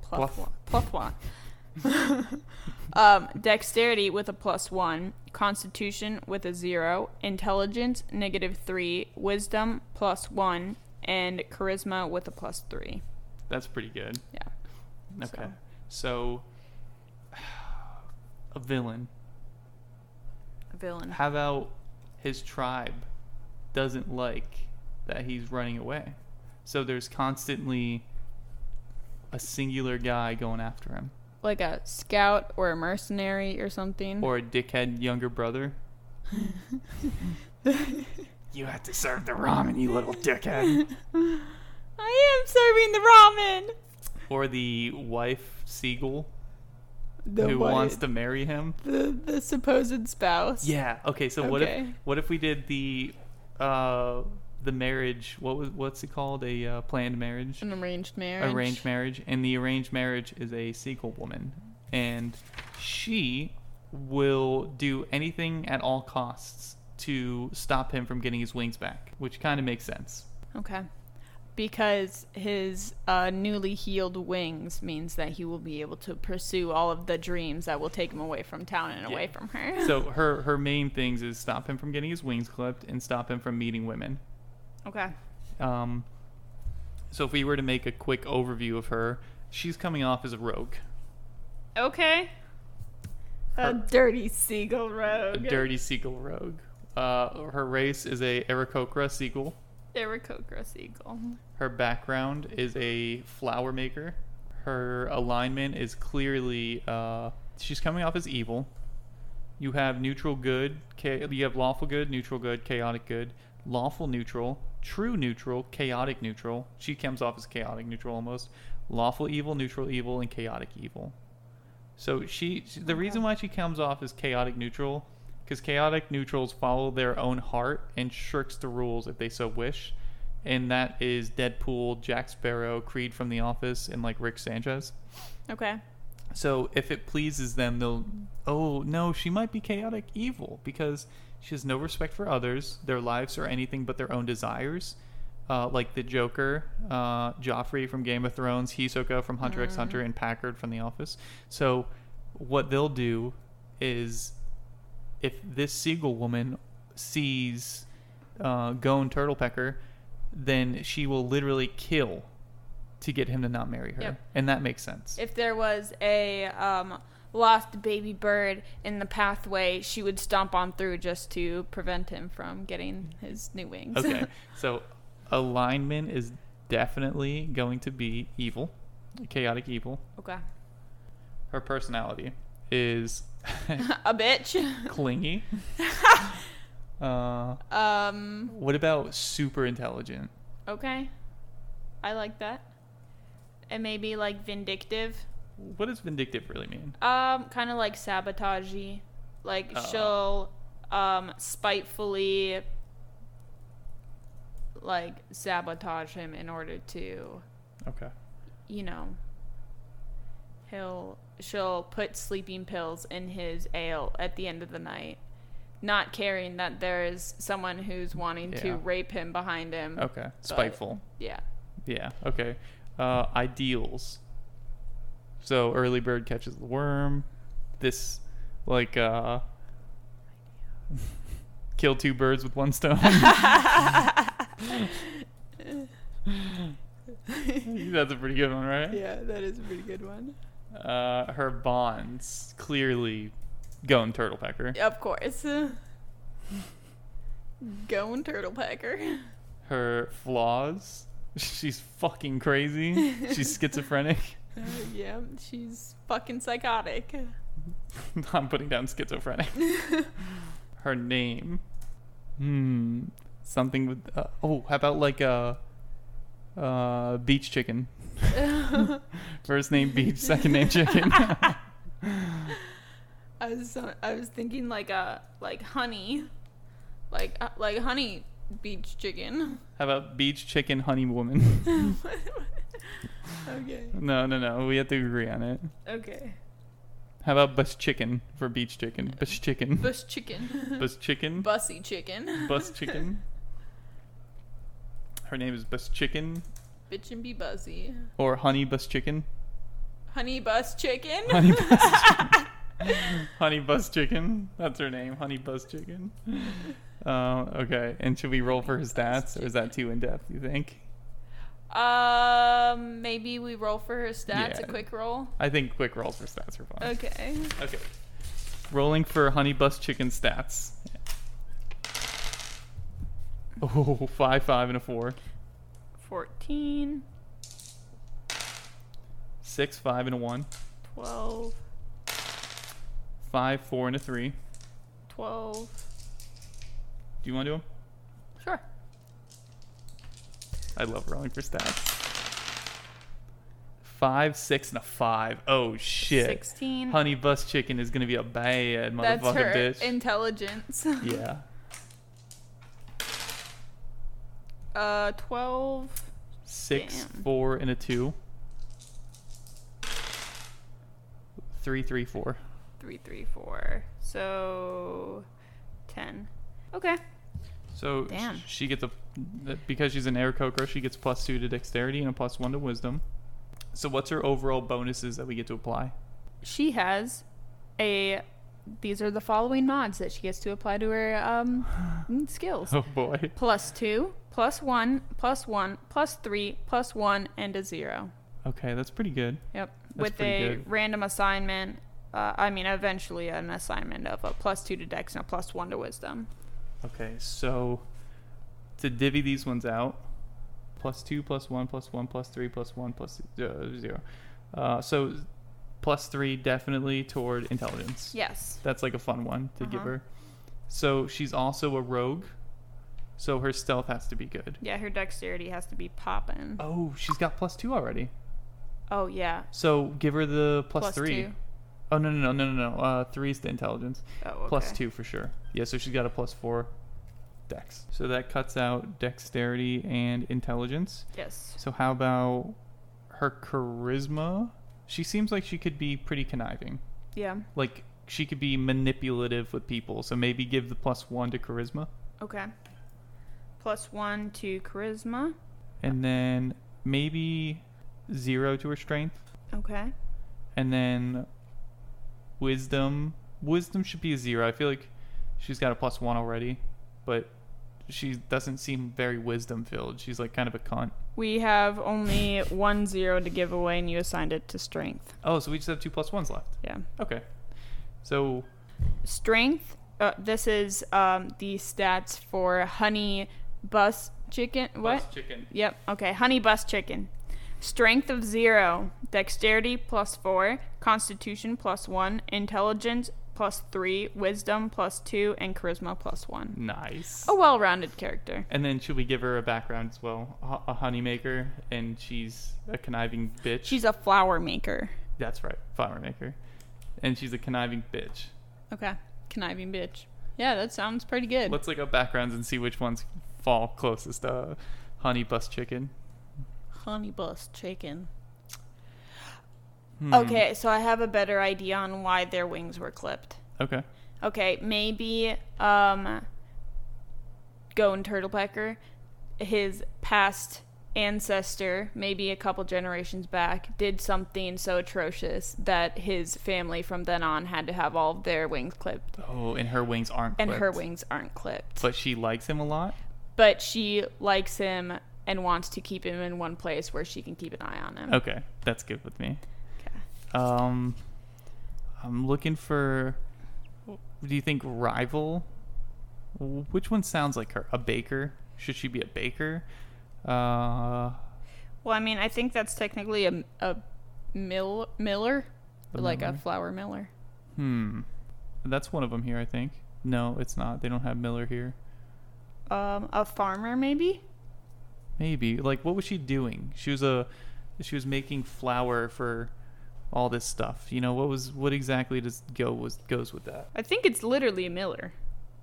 B: plus
A: Plus.
B: one, plus one, um, dexterity with a plus one, constitution with a zero, intelligence negative three, wisdom plus one, and charisma with a plus three.
A: That's pretty good.
B: Yeah.
A: Okay. So, a villain.
B: A villain.
A: How about his tribe doesn't like that he's running away? So there's constantly a singular guy going after him,
B: Like a scout or a mercenary or something.
A: or a dickhead younger brother. you have to serve the ramen, you little dickhead.
B: I am serving the ramen.
A: or the wife seagull
B: The
A: who
B: what?
A: wants to marry him.
B: the the supposed spouse.
A: Yeah. Okay. So what if
B: Okay.
A: what if we did the uh, the marriage? What was what's it called? A uh, planned marriage.
B: An arranged marriage.
A: arranged marriage, and the arranged marriage is a sequel woman, and she will do anything at all costs to stop him from getting his wings back, which kind of makes sense.
B: Okay. Because his uh, newly healed wings means that he will be able to pursue all of the dreams that will take him away from town and away
A: Yeah.
B: from her.
A: So her her main things is stop him from getting his wings clipped and stop him from meeting women.
B: Okay.
A: Um, so if we were to make a quick overview of her, she's coming off as a rogue.
B: Okay. A dirty seagull
A: A
B: rogue.
A: dirty seagull rogue. Uh, her race is a Aarakocra seagull.
B: Aarakocra seagull.
A: Her background is a flower maker. Her alignment is clearly uh, she's coming off as evil. You have neutral good, cha- you have lawful good, neutral good, chaotic good, lawful neutral, true neutral, chaotic neutral. She comes off as chaotic neutral almost. Lawful evil, neutral evil, and chaotic evil. So she, she the reason why she comes off as chaotic neutral, because chaotic neutrals follow their own heart and shirks the rules if they so wish, and that is Deadpool, Jack Sparrow, Creed from The Office, and like Rick Sanchez.
B: Okay.
A: So if it pleases them, they'll. Oh no, she might be chaotic evil because she has no respect for others, their lives, or anything but their own desires. Uh, like the Joker, uh, Joffrey from Game of Thrones, Hisoka from Hunter x Hunter, and Packard from The Office. So what they'll do is, if this seagull woman sees uh, Gone Turtlepecker, then she will literally kill to get him to not marry her,
B: Yep.
A: and that makes sense.
C: If there was a um, lost baby bird in the pathway, she would stomp on through just to prevent him from getting his new wings.
A: okay so alignment is definitely going to be evil chaotic evil
C: okay.
A: her personality is
C: A bitch.
A: clingy uh,
C: Um.
A: what about super intelligent
C: Okay. I like that. And maybe like vindictive.
A: what does vindictive really mean
C: Um. Kind of like sabotagey. Like
A: Oh.
C: she'll um spitefully like sabotage him in order to
A: okay
C: you know, he'll she'll put sleeping pills in his ale at the end of the night, not caring that there is someone who's wanting
A: Yeah.
C: to rape him behind him.
A: okay spiteful
C: Yeah.
A: yeah okay uh, ideals so early bird catches the worm this like uh kill two birds with one stone That's a pretty good one, right?
B: Yeah, that is a pretty good one.
A: Uh, her bonds clearly going turtlepecker.
B: Of course. Going turtle packer.
A: Her flaws, she's fucking crazy. she's schizophrenic.
B: Uh, yeah, she's fucking psychotic.
A: I'm putting down schizophrenic. her name, hmm, something with. Uh, oh, how about like a uh, uh, beach chicken? First name beach, second name chicken.
B: I was uh, I was thinking like a like honey, like uh, like honey beach chicken.
A: how about beach chicken honey woman?
B: okay.
A: no, no, no. We have to agree on it.
B: Okay.
A: How about bus chicken for beach chicken? Bus chicken.
B: Bus chicken.
A: Bus chicken.
B: Bussy chicken.
A: Bus chicken. Her name is Bus Chicken
B: Bitch and be buzzy.
A: or Honey Bus Chicken.
B: Honey bus chicken.
A: Honey Bus Chicken. Honey Bus Chicken. That's her name. Honey Bus Chicken. Uh, okay. And should we roll for her stats or is that too in depth, you think?
B: Um, maybe we roll for her stats.
A: Yeah.
B: A quick roll.
A: I think quick rolls for stats are fine.
B: Okay.
A: Okay. Rolling for Honey Bus Chicken stats. Oh, five, five, and a four.
B: Fourteen.
A: Six, five, and a one.
B: Twelve.
A: Five, four, and a three. Do
B: Twelve.
A: you want to do them?
B: Sure.
A: I love rolling for stats. Five, six, and a five. Oh shit!
B: Sixteen.
A: Honey Bus Chicken is gonna be a bad
B: Mm-hmm. That's
A: motherfucking
B: her
A: bitch.
B: intelligence.
A: yeah.
B: Uh, twelve.
A: Six,
B: Damn.
A: four, and a two. Three, three, four.
B: Three, three, four. So, ten. Okay.
A: So sh-
C: Damn.
A: she gets a because she's an air coker, she gets plus two to dexterity and a plus one to wisdom. So what's her overall bonuses that we get to apply?
C: She has a. These are the following mods that she gets to apply to her um mm, skills:
A: Oh boy.
C: plus two, plus one, plus one, plus three, plus one, and a zero.
A: Okay, that's pretty good.
B: Yep.
A: That's
B: With
A: pretty
B: a
A: good.
B: random assignment. Uh, I mean, eventually an assignment of a plus two to Dex and a plus one to Wisdom.
A: Okay, so to divvy these ones out, plus two, plus one, plus one, plus three, plus one, plus uh, zero. Uh, so plus three definitely toward intelligence.
B: Yes.
A: That's like a fun one to give
B: Uh-huh.
A: her. So she's also a rogue, so her stealth has to be good.
B: Yeah, her dexterity has to be poppin'. Oh,
A: Oh, she's got plus two already.
B: yeah.
A: So give her the plus, plus
B: Plus
A: three.
B: two.
A: Oh no no no no no no. Uh, three's the intelligence.
B: Oh, okay.
A: Plus two for sure. Yeah, so she's got a plus four dex. So that cuts out dexterity and intelligence.
B: Yes.
A: So how about her charisma? She seems like she could be pretty conniving.
B: Yeah.
A: Like she could be manipulative with people. So maybe give the plus one to charisma.
B: Okay. Plus one to charisma.
A: And then maybe zero to her strength.
B: Okay.
A: And then wisdom. Wisdom should be a zero. I feel like she's got a plus one already, but she doesn't seem very wisdom filled. She's like kind of a cunt.
B: We have only one zero to give away, and you assigned it to strength.
A: Oh, so we just have two plus ones left.
B: Yeah.
A: Okay. So
B: Strength. Uh, this is um, the stats for honey bus chicken. What?
A: Plus chicken.
B: Yep. Okay. Honey bus chicken. Strength of zero. Dexterity plus four. Constitution plus one. Intelligence plus three. Wisdom plus two. And charisma plus one.
A: Nice.
B: A well rounded character.
A: And then should we give her a background as well? Ho- A honey maker, and she's a conniving bitch.
B: She's a flower maker.
A: That's right, flower maker, and she's a conniving bitch.
B: Okay. Conniving bitch. Yeah, that sounds pretty good.
A: Let's look up backgrounds and see which ones fall closest. Uh, honey bus chicken.
C: Honey bus chicken.
A: Hmm.
B: Okay, so I have a better idea on why their wings were clipped.
A: Okay.
B: Okay, maybe um Goan Turtlepecker, his past ancestor, maybe a couple generations back, did something so atrocious that his family from then on had to have all of their wings clipped.
A: Oh, and her wings aren't.
B: And her
A: clipped.
B: wings aren't clipped.
A: But she likes him a lot.
B: But she likes him and wants to keep him in one place where she can keep an eye on him.
A: Okay, that's good with me.
B: Okay.
A: Um, I'm looking for. Do you think rival? Which one sounds like her? A baker? Should she be a baker? Uh,
B: Well, I mean, I think that's technically a, a mill miller,
A: A
B: like
A: miller?
B: a flour miller.
A: hmm. That's one of them here, I think. No, it's not. They don't have Miller here.
B: Um, a farmer maybe.
A: Maybe. Like, what was she doing? She was a. She was making flour for all this stuff. You know what was what exactly does go was goes with that?
B: I think it's literally a miller.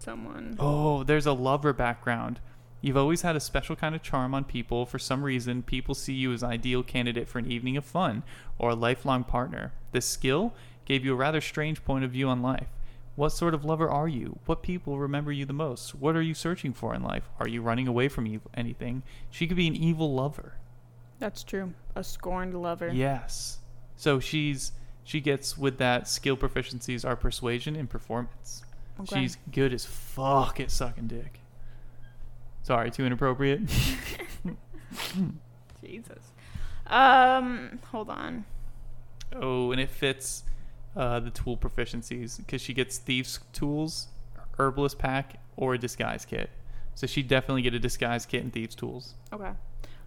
B: Someone.
A: Oh, there's a lover background. You've always had a special kind of charm on people. For some reason, people see you as an ideal candidate for an evening of fun or a lifelong partner. This skill gave you a rather strange point of view on life. What sort of lover are you? What people remember you the most? What are you searching for in life? Are you running away from ev- anything? She could be an evil lover.
B: That's true. A scorned lover.
A: Yes. So she's she gets with that skill proficiencies are persuasion and performance.
B: Okay.
A: She's good as fuck at sucking dick. Sorry, too inappropriate.
B: Jesus. Um, hold on.
A: oh, and it fits uh, the tool proficiencies because she gets thieves tools, herbalist pack, or a disguise kit. So she definitely get a disguise kit and thieves tools.
B: Okay.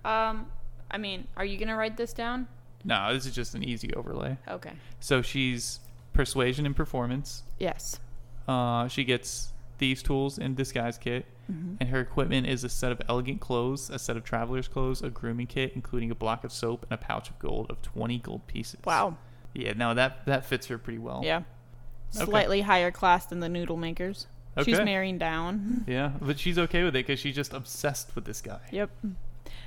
B: Um, I mean, are you gonna write this down?
A: No, this is just an easy overlay.
B: Okay.
A: So she's persuasion and performance.
B: Yes.
A: Uh, she gets thieves' tools and disguise kit,
B: Mm-hmm.
A: and her equipment is a set of elegant clothes, a set of traveler's clothes, a grooming kit, including a block of soap and a pouch of gold of twenty gold pieces.
B: Wow.
A: Yeah, no, that that fits her pretty well.
B: Yeah.
A: Okay.
B: Slightly higher class than the noodle makers. She's
A: Okay.
B: marrying down.
A: Yeah, but she's okay with it because she's just obsessed with this guy.
B: Yep.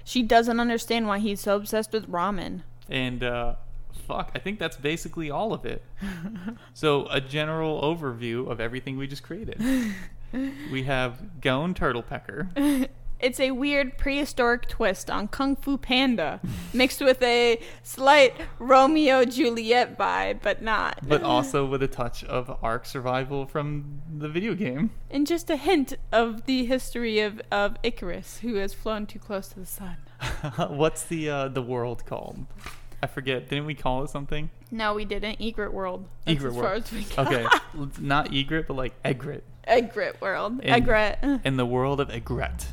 B: She doesn't understand why he's so obsessed with ramen.
A: And uh, fuck, I think that's basically all of it. so a general overview of everything we just created. we have Goan Turtlepecker.
B: It's a weird prehistoric twist on Kung Fu Panda, mixed with a slight Romeo Juliet vibe, but not.
A: but also with a touch of Ark survival from the video game.
B: And just a hint of the history of, of Icarus, who has flown too close to the sun.
A: What's the uh, the world called? I forget. Didn't we call it something?
B: No, we didn't. Egret World. That's
A: Egret
B: as
A: World.
B: far as we got.
A: Okay, let's- not egret, but like egret.
B: Egret World.
A: And-
B: Egret.
A: in the world of Egret.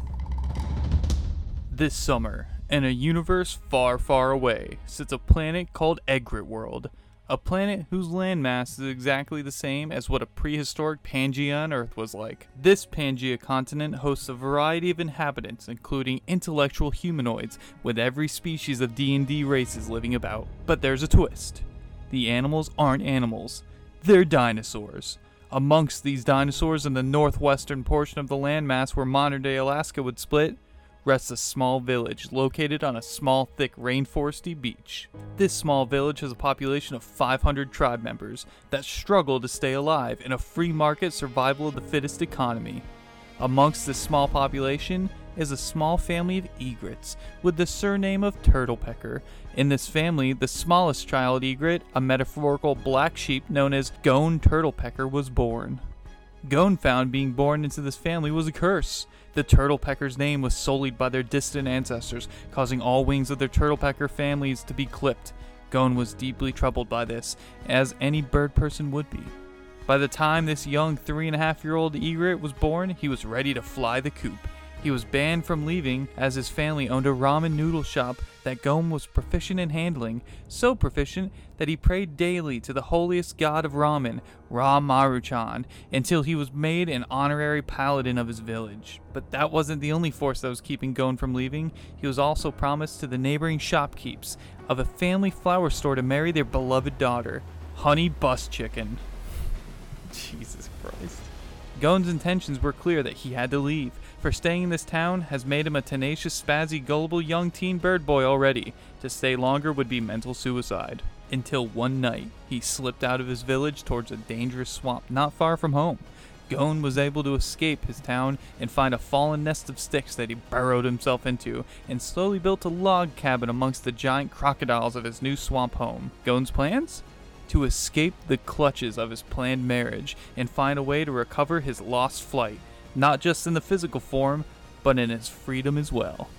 A: This summer, in a universe far, far away, sits a planet called Egret World, a planet whose landmass is exactly the same as what a prehistoric Pangea on Earth was like. This Pangea continent hosts a variety of inhabitants, including intellectual humanoids, with every species of D&D races living about. But there's a twist. The animals aren't animals. They're dinosaurs. Amongst these dinosaurs in the northwestern portion of the landmass where modern day Alaska would split, rests a small village located on a small, thick, rainforesty beach. This small village has a population of 500 tribe members that struggle to stay alive in a free market survival of the fittest economy. Amongst this small population is a small family of egrets with the surname of Turtlepecker. In this family, the smallest child egret, a metaphorical black sheep known as Gone Turtlepecker, was born. Gone found being born into this family was a curse. The Turtlepecker's name was sullied by their distant ancestors, causing all wings of their Turtlepecker families to be clipped. Gone was deeply troubled by this, as any bird person would be. By the time this young three and a half year old egret was born, he was ready to fly the coop. He was banned from leaving as his family owned a ramen noodle shop that Gome was proficient in handling, so proficient that he prayed daily to the holiest god of ramen, Ra Maruchan, until he was made an honorary paladin of his village. But that wasn't the only force that was keeping Gone from leaving. He was also promised to the neighboring shopkeeps of a family flower store to marry their beloved daughter, Honey Bus Chicken. Jesus Christ. Gone's intentions were clear that he had to leave, for staying in this town has made him a tenacious, spazzy, gullible young teen bird boy already. To stay longer would be mental suicide. Until one night, he slipped out of his village towards a dangerous swamp not far from home. Gone was able to escape his town and find a fallen nest of sticks that he burrowed himself into and slowly built a log cabin amongst the giant crocodiles of his new swamp home. Gone's plans? to escape the clutches of his planned marriage and find a way to recover his lost flight, not just in the physical form, but in his freedom as well.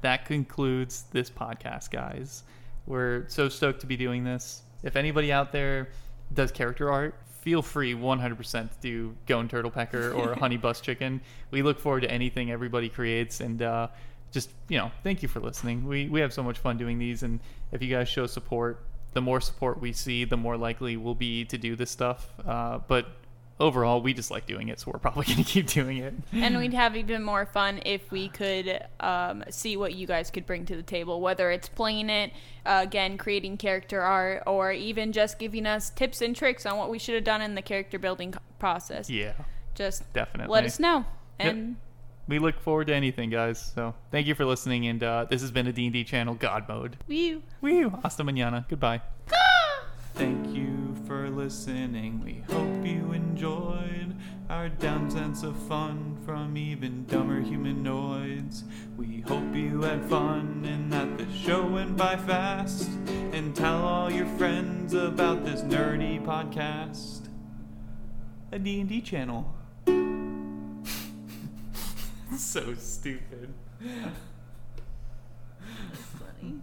A: That concludes this podcast, guys. We're so stoked to be doing this. If anybody out there does character art, feel free 100% to do Gone Turtle Pecker or Honey Bus Chicken. We look forward to anything everybody creates and uh, just, you know, thank you for listening. We, we have so much fun doing these, and if you guys show support, the more support we see, the more likely we'll be to do this stuff. Uh, but overall, we just like doing it, so we're probably going to keep doing it.
B: and we'd have even more fun if we could um, see what you guys could bring to the table, whether it's playing it, uh, again, creating character art, or even just giving us tips and tricks on what we should have done in the character building co- process.
A: Yeah,
B: Just
A: definitely.
B: let us know.
A: Yep.
B: And
A: we look forward to anything, guys. So thank you for listening, and uh, this has been a D&D channel God mode.
B: we.
A: Woo! Hasta mañana. Goodbye. Thank you for listening. We hope you enjoyed our dumb sense of fun from even dumber humanoids. We hope you had fun and that the show went by fast. And tell all your friends about this nerdy podcast. A D&D channel. so stupid.
B: Funny.